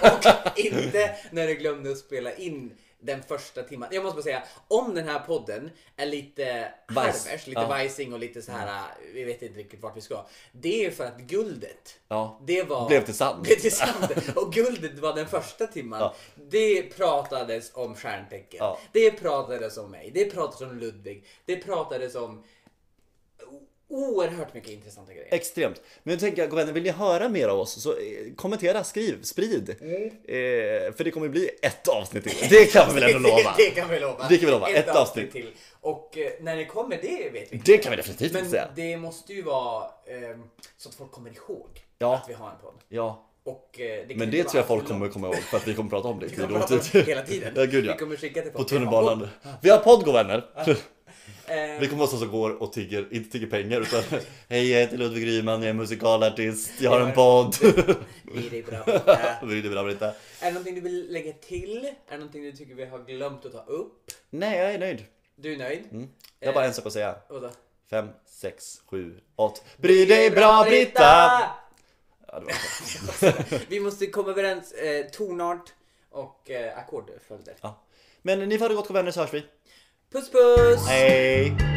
Speaker 1: och inte när du glömde att spela in den första timmen. Jag måste bara säga, om den här podden är lite
Speaker 2: Vajs.
Speaker 1: harvers, lite
Speaker 2: Ja.
Speaker 1: vajsing och lite så här, äh, vi vet inte riktigt vart vi ska. Det är för att guldet,
Speaker 2: Ja.
Speaker 1: det var...
Speaker 2: Blev till sand.
Speaker 1: Blev till sand. Och guldet var den första timmen.
Speaker 2: Ja.
Speaker 1: Det pratades om stjärntecken.
Speaker 2: Ja.
Speaker 1: Det pratades om mig. Det pratades om Ludvig. Det pratades om o- oerhört mycket intressanta grejer.
Speaker 2: Extremt. Men nu tänker jag, goda vänner, vill ni höra mer av oss så eh, kommentera, skriv, sprid.
Speaker 1: Mm.
Speaker 2: Eh, för det kommer bli ett avsnitt till. Det kan vi väl ändå lova?
Speaker 1: Det, det kan vi lova.
Speaker 2: Det kan vi lova.
Speaker 1: Ett,
Speaker 2: Ett
Speaker 1: avsnitt.
Speaker 2: avsnitt.
Speaker 1: till. Och eh, när det kommer, det vet vi inte.
Speaker 2: Det kan vi definitivt
Speaker 1: Men
Speaker 2: inte säga.
Speaker 1: det måste ju vara ehm, så att folk kommer ihåg
Speaker 2: Ja.
Speaker 1: att vi har en podd.
Speaker 2: Ja,
Speaker 1: Och, eh, det kan
Speaker 2: men
Speaker 1: inte
Speaker 2: det
Speaker 1: vara
Speaker 2: tror jag folk
Speaker 1: alltför
Speaker 2: kommer
Speaker 1: långt.
Speaker 2: komma ihåg för att vi kommer prata om det i
Speaker 1: Vi
Speaker 2: tid
Speaker 1: kommer
Speaker 2: och
Speaker 1: prata om
Speaker 2: otid.
Speaker 1: det hela tiden.
Speaker 2: Ja, gud
Speaker 1: Vi kommer skicka till
Speaker 2: ja. På
Speaker 1: folk.
Speaker 2: tunnelbanan. Vi har podd gå vänner.
Speaker 1: Eh,
Speaker 2: Vi kommer vara sådana som går och tigger, inte tigger pengar utan Hej jag heter Ludvig Ryman, jag är musikalartist, jag har en podd.
Speaker 1: Ge dig bra. Eh,
Speaker 2: Vill du bra inte?
Speaker 1: Är det någonting du vill lägga till? Är det någonting du tycker vi har glömt att ta upp?
Speaker 2: Nej, jag är nöjd.
Speaker 1: Du är nöjd?
Speaker 2: Jag har bara en sak att säga.
Speaker 1: Vadå?
Speaker 2: Fem, sex, sju, åtta. Bry dig bra Britta! Ja, det var så.
Speaker 1: Vi måste komma överens eh, tonart och eh, ackordföljder.
Speaker 2: ja. Men ni får ha det gott gott vänner så hörs vi.
Speaker 1: Puss puss!
Speaker 2: Hej!